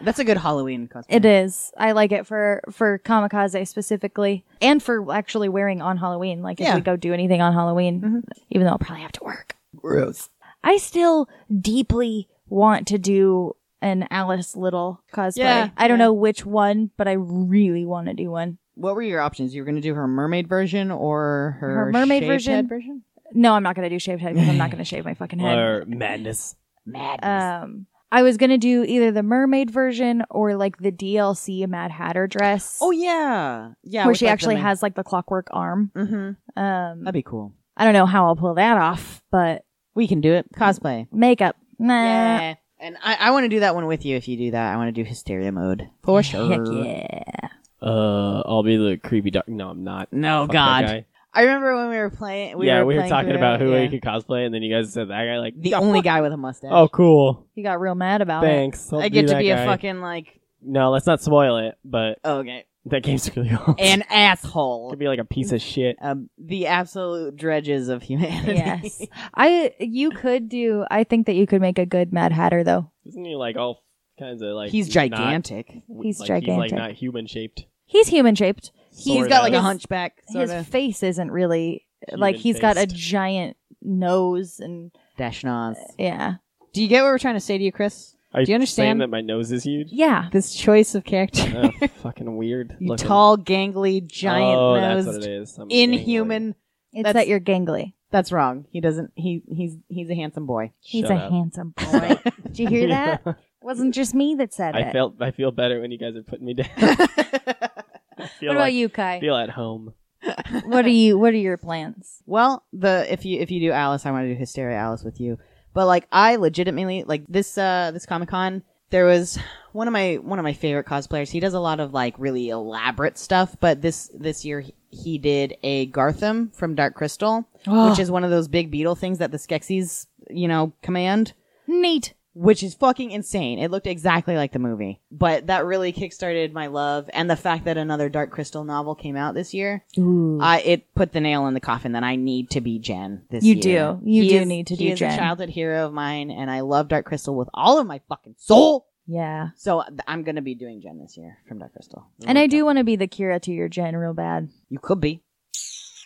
That's a good Halloween costume. It is. I like it for for kamikaze specifically, and for actually wearing on Halloween. Like Yeah. Mm-hmm. if we go do anything on Halloween, even though I'll probably have to work. Gross. I still deeply want to do an Alice Little cosplay. Yeah, I don't yeah. know which one, but I really want to do one. What were your options? You were going to do her mermaid version or her, Her mermaid shaved version. head version? No, I'm not going to do shaved head because *laughs* I'm not going to shave my fucking head. or madness. Madness. Um, I was gonna do either the mermaid version or like the DLC Mad Hatter dress. oh yeah, yeah. where she actually has like the clockwork arm. hmm Um, That'd be cool. I don't know how I'll pull that off, but We can do it. Cosplay. makeup, nah. Yeah. And I, I want to do that one with you. If you do that, I want to do hysteria mode for sure. Heck yeah. Uh, I'll be the creepy dark. No, I'm not. No Oh, Fuck that God. guy. I remember when we were playing. We yeah, were we were playing talking through about it, who yeah. we could cosplay, and then you guys said that guy. Like, The only guy with a mustache. oh, cool. He got real mad about it. Thanks. I'll I get do to that be guy. a fucking like No, let's not spoil it. But okay, that game's *laughs* really old. an asshole. could be like a piece of shit. um, the absolute dredges of humanity. *laughs* Yes, *laughs* I. You could do. I think that you could make a good Mad Hatter though. Isn't he like all kinds of like? he's not- gigantic. He's like, gigantic. He's like not human shaped. He's human shaped. he's Sort got of. like a His- hunchback sort His of face isn't really like he's got a Human-faced. giant nose and dash nose. yeah, Do you get what we're trying to say to you, Chris? Do Are you saying understand? that my nose is huge? yeah. This choice of character. *laughs* oh, *laughs* fucking weird. you looking. tall, gangly, giant oh, that's what it nosed, is. I'm inhuman. It's That's- that you're gangly. That's wrong. He doesn't. He he's he's a handsome boy. He's Shut a up. handsome Shut boy. up. Did you hear *laughs* that? Wasn't just me that said I it. felt I feel better when you guys are putting *laughs* me down. *laughs* I feel what about like- you, I Kai? feel at home. *laughs* What are you? What are your *gasps* plans? Well, the if you if you do Alice, I want to do Hysteria Alice with you. But like I legitimately like this uh this Comic Con there was one of my one of my favorite cosplayers. He does a lot of like really elaborate stuff, but this this year he- he did a Gartham from Dark Crystal, which is one of those big beetle things that the Skeksis, you know, command Neat. which is fucking insane. It looked exactly like the movie, but that really kickstarted my love and the fact that another Dark Crystal novel came out this year. I it put the nail in the coffin that I need to be Jen this You year. do. You He do is- need to he do is Jen. a childhood hero of mine, and I love Dark Crystal with all of my fucking soul. yeah, So th- I'm gonna be doing Jen this year from Dark Crystal. and I do want to be the Kira to your Jen real bad. You could be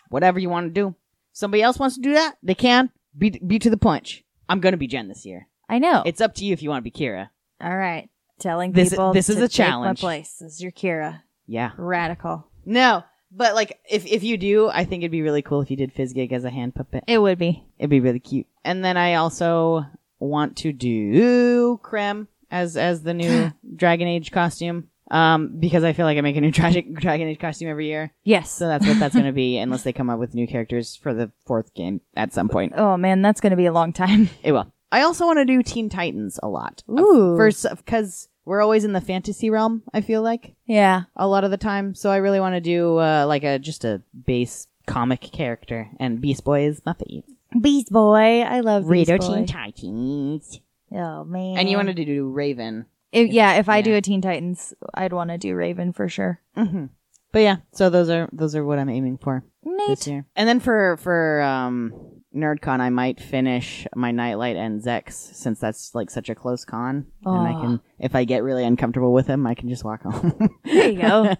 whatever you want to do. Somebody else wants to do that, they can. Be be to the punch. I'm gonna be Jen this year. I know. It's up to you if you want to be Kira. All right. Telling This- people this is to a take my challenge. place. This is your Kira. Yeah. Radical. No, but like if if you do, I think it'd be really cool if you did Fizgig as a hand puppet. It would be. It'd be really cute. And then I also want to do Krem as as *gasps* the new Dragon Age costume. Um, because I feel like I make a new *laughs* tragic Dragon Age costume every year. Yes. So that's what that's *laughs* gonna be, unless they come up with new characters for the fourth game at some point. oh man, that's going to be a long time. *laughs* It will. I also want to do Teen Titans a lot. Uh, Ooh. First, because we're always in the fantasy realm, I feel like Yeah. a lot of the time. So I really want to do uh, like a just a base comic character, and Beast Boy is my favorite. Beast Boy. I love Reader Beast Teen Boy. Titans, oh man. and you wanted to do Raven. If, yeah, if I Yeah. do a Teen Titans, I'd want to do Raven for sure. Mm-hmm. But yeah, so those are those are what I'm aiming for this Neat. year. And then for for um, NerdCon, I might finish my Nightlight and Zex since that's like such a close con, and I Aw. can if I get really uncomfortable with him, I can just walk home. *laughs* There you go.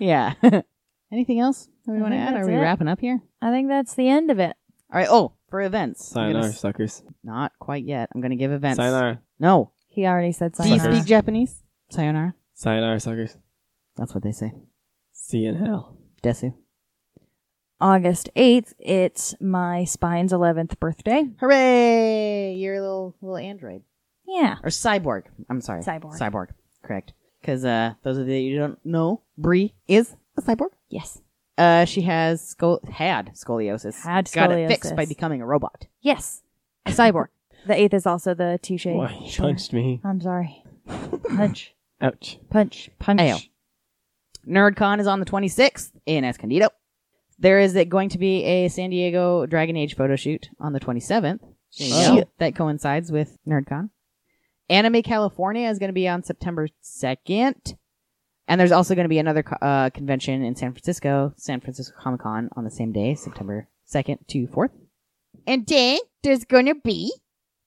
yeah. *laughs* Anything else that we I want to think add? Are that's we it. wrapping up here? I think that's the end of it. All right. Oh, for events, I'm gonna Sayonara, suckers. Not quite yet. I'm gonna give events. Sayonara. No. He already said Do you sayonara. speak Japanese? Sayonara. Sayonara, suckers. That's what they say. See you in hell. Desu. August 8th, it's my spine's 11th birthday. Hooray! You're a little little android Yeah. or cyborg. I'm sorry. Cyborg. Cyborg. Correct. Because uh, those of you who don't know, Bree is a cyborg. Yes. Uh, she has scol- had scoliosis. Had Got it scoliosis. fixed by becoming a robot. Yes. A cyborg. the 8th is also the touche. Why you punched me? I'm sorry. *laughs* Punch. Ouch. Punch. Punch. Ayo. *laughs* NerdCon is on the 26th in Escondido. There is it going to be a San Diego Dragon Age photo shoot on the 27th. There you Oh. go. Shit. That coincides with NerdCon. Anime California is going to be on September 2nd. And there's also going to be another co- uh, convention in San Francisco, San Francisco Comic Con, on the same day, September 2nd to 4th. And then there's going to be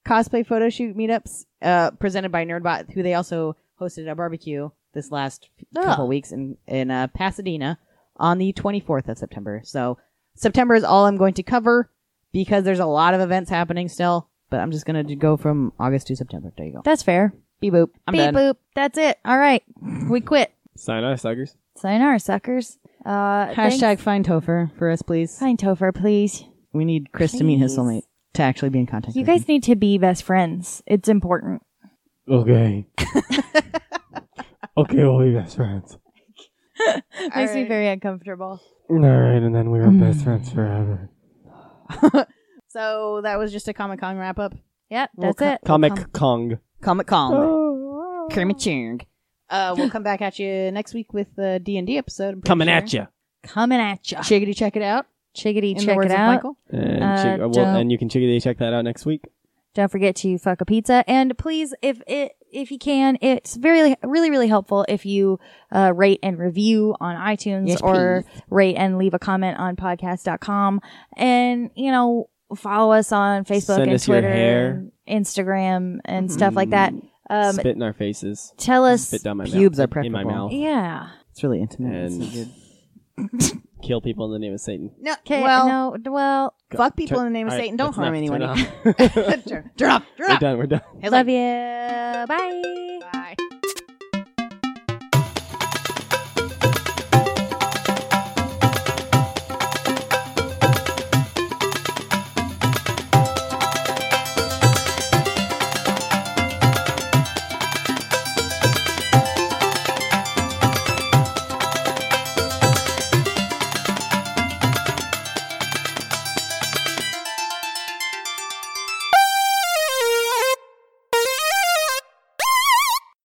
cosplay photo shoot meetups uh, presented by Nerdbot, who they also hosted a barbecue this last Oh. couple weeks in in uh, Pasadena on the 24th of September. So September is all I'm going to cover because there's a lot of events happening still. But I'm just gonna do- go from August to September. There you go. That's fair. Beep boop. I'm Beep done. boop. That's it. All right. We quit. Sign off, suckers. Sign our suckers. Uh, Hashtag thanks. find Topher for us, please. Find Topher, please. We need Chris to meet his Please. soulmate to actually be in contact. You with guys need to be best friends. It's important. Okay. *laughs* okay, we'll be best friends. Makes me right. very uncomfortable. All right, and then we were best Mm. friends forever. him. So that was just a Comic Con wrap up. Yep, We'll that's co- it. Comic Come- Kong. Comic Con. Oh. Kermit Chung. Uh, we'll come back at you next week with the D and D episode. I'm pretty Coming sure. at you. Coming at ya. Chiggity, check it out. Chiggity, In the check words it of out. Michael. And, Uh, check- well, don't- and you can chickadee check that out next week. Don't forget to fuck a pizza, and please, if it if you can, it's very really really helpful if you uh, rate and review on iTunes Yes, or rate and leave a comment on podcast.com. and you know follow us on Facebook Send and us your Twitter, hair. and Instagram, and Mm-hmm. stuff like that. Um, Spit in our faces. tell us, Spit down my Pubes mouth. are In my preferable. mouth. yeah, It's really intimate. And- It's so good. Kill people in the name of Satan. No, 'Kay, well, no, well, fuck people Turn- in the name of all right, Satan. Don't that's harm enough. anyone. Turn it *laughs* off. turn, turn up, turn *laughs* we're up. done. We're done. Hey, love like- you, bye. Bye.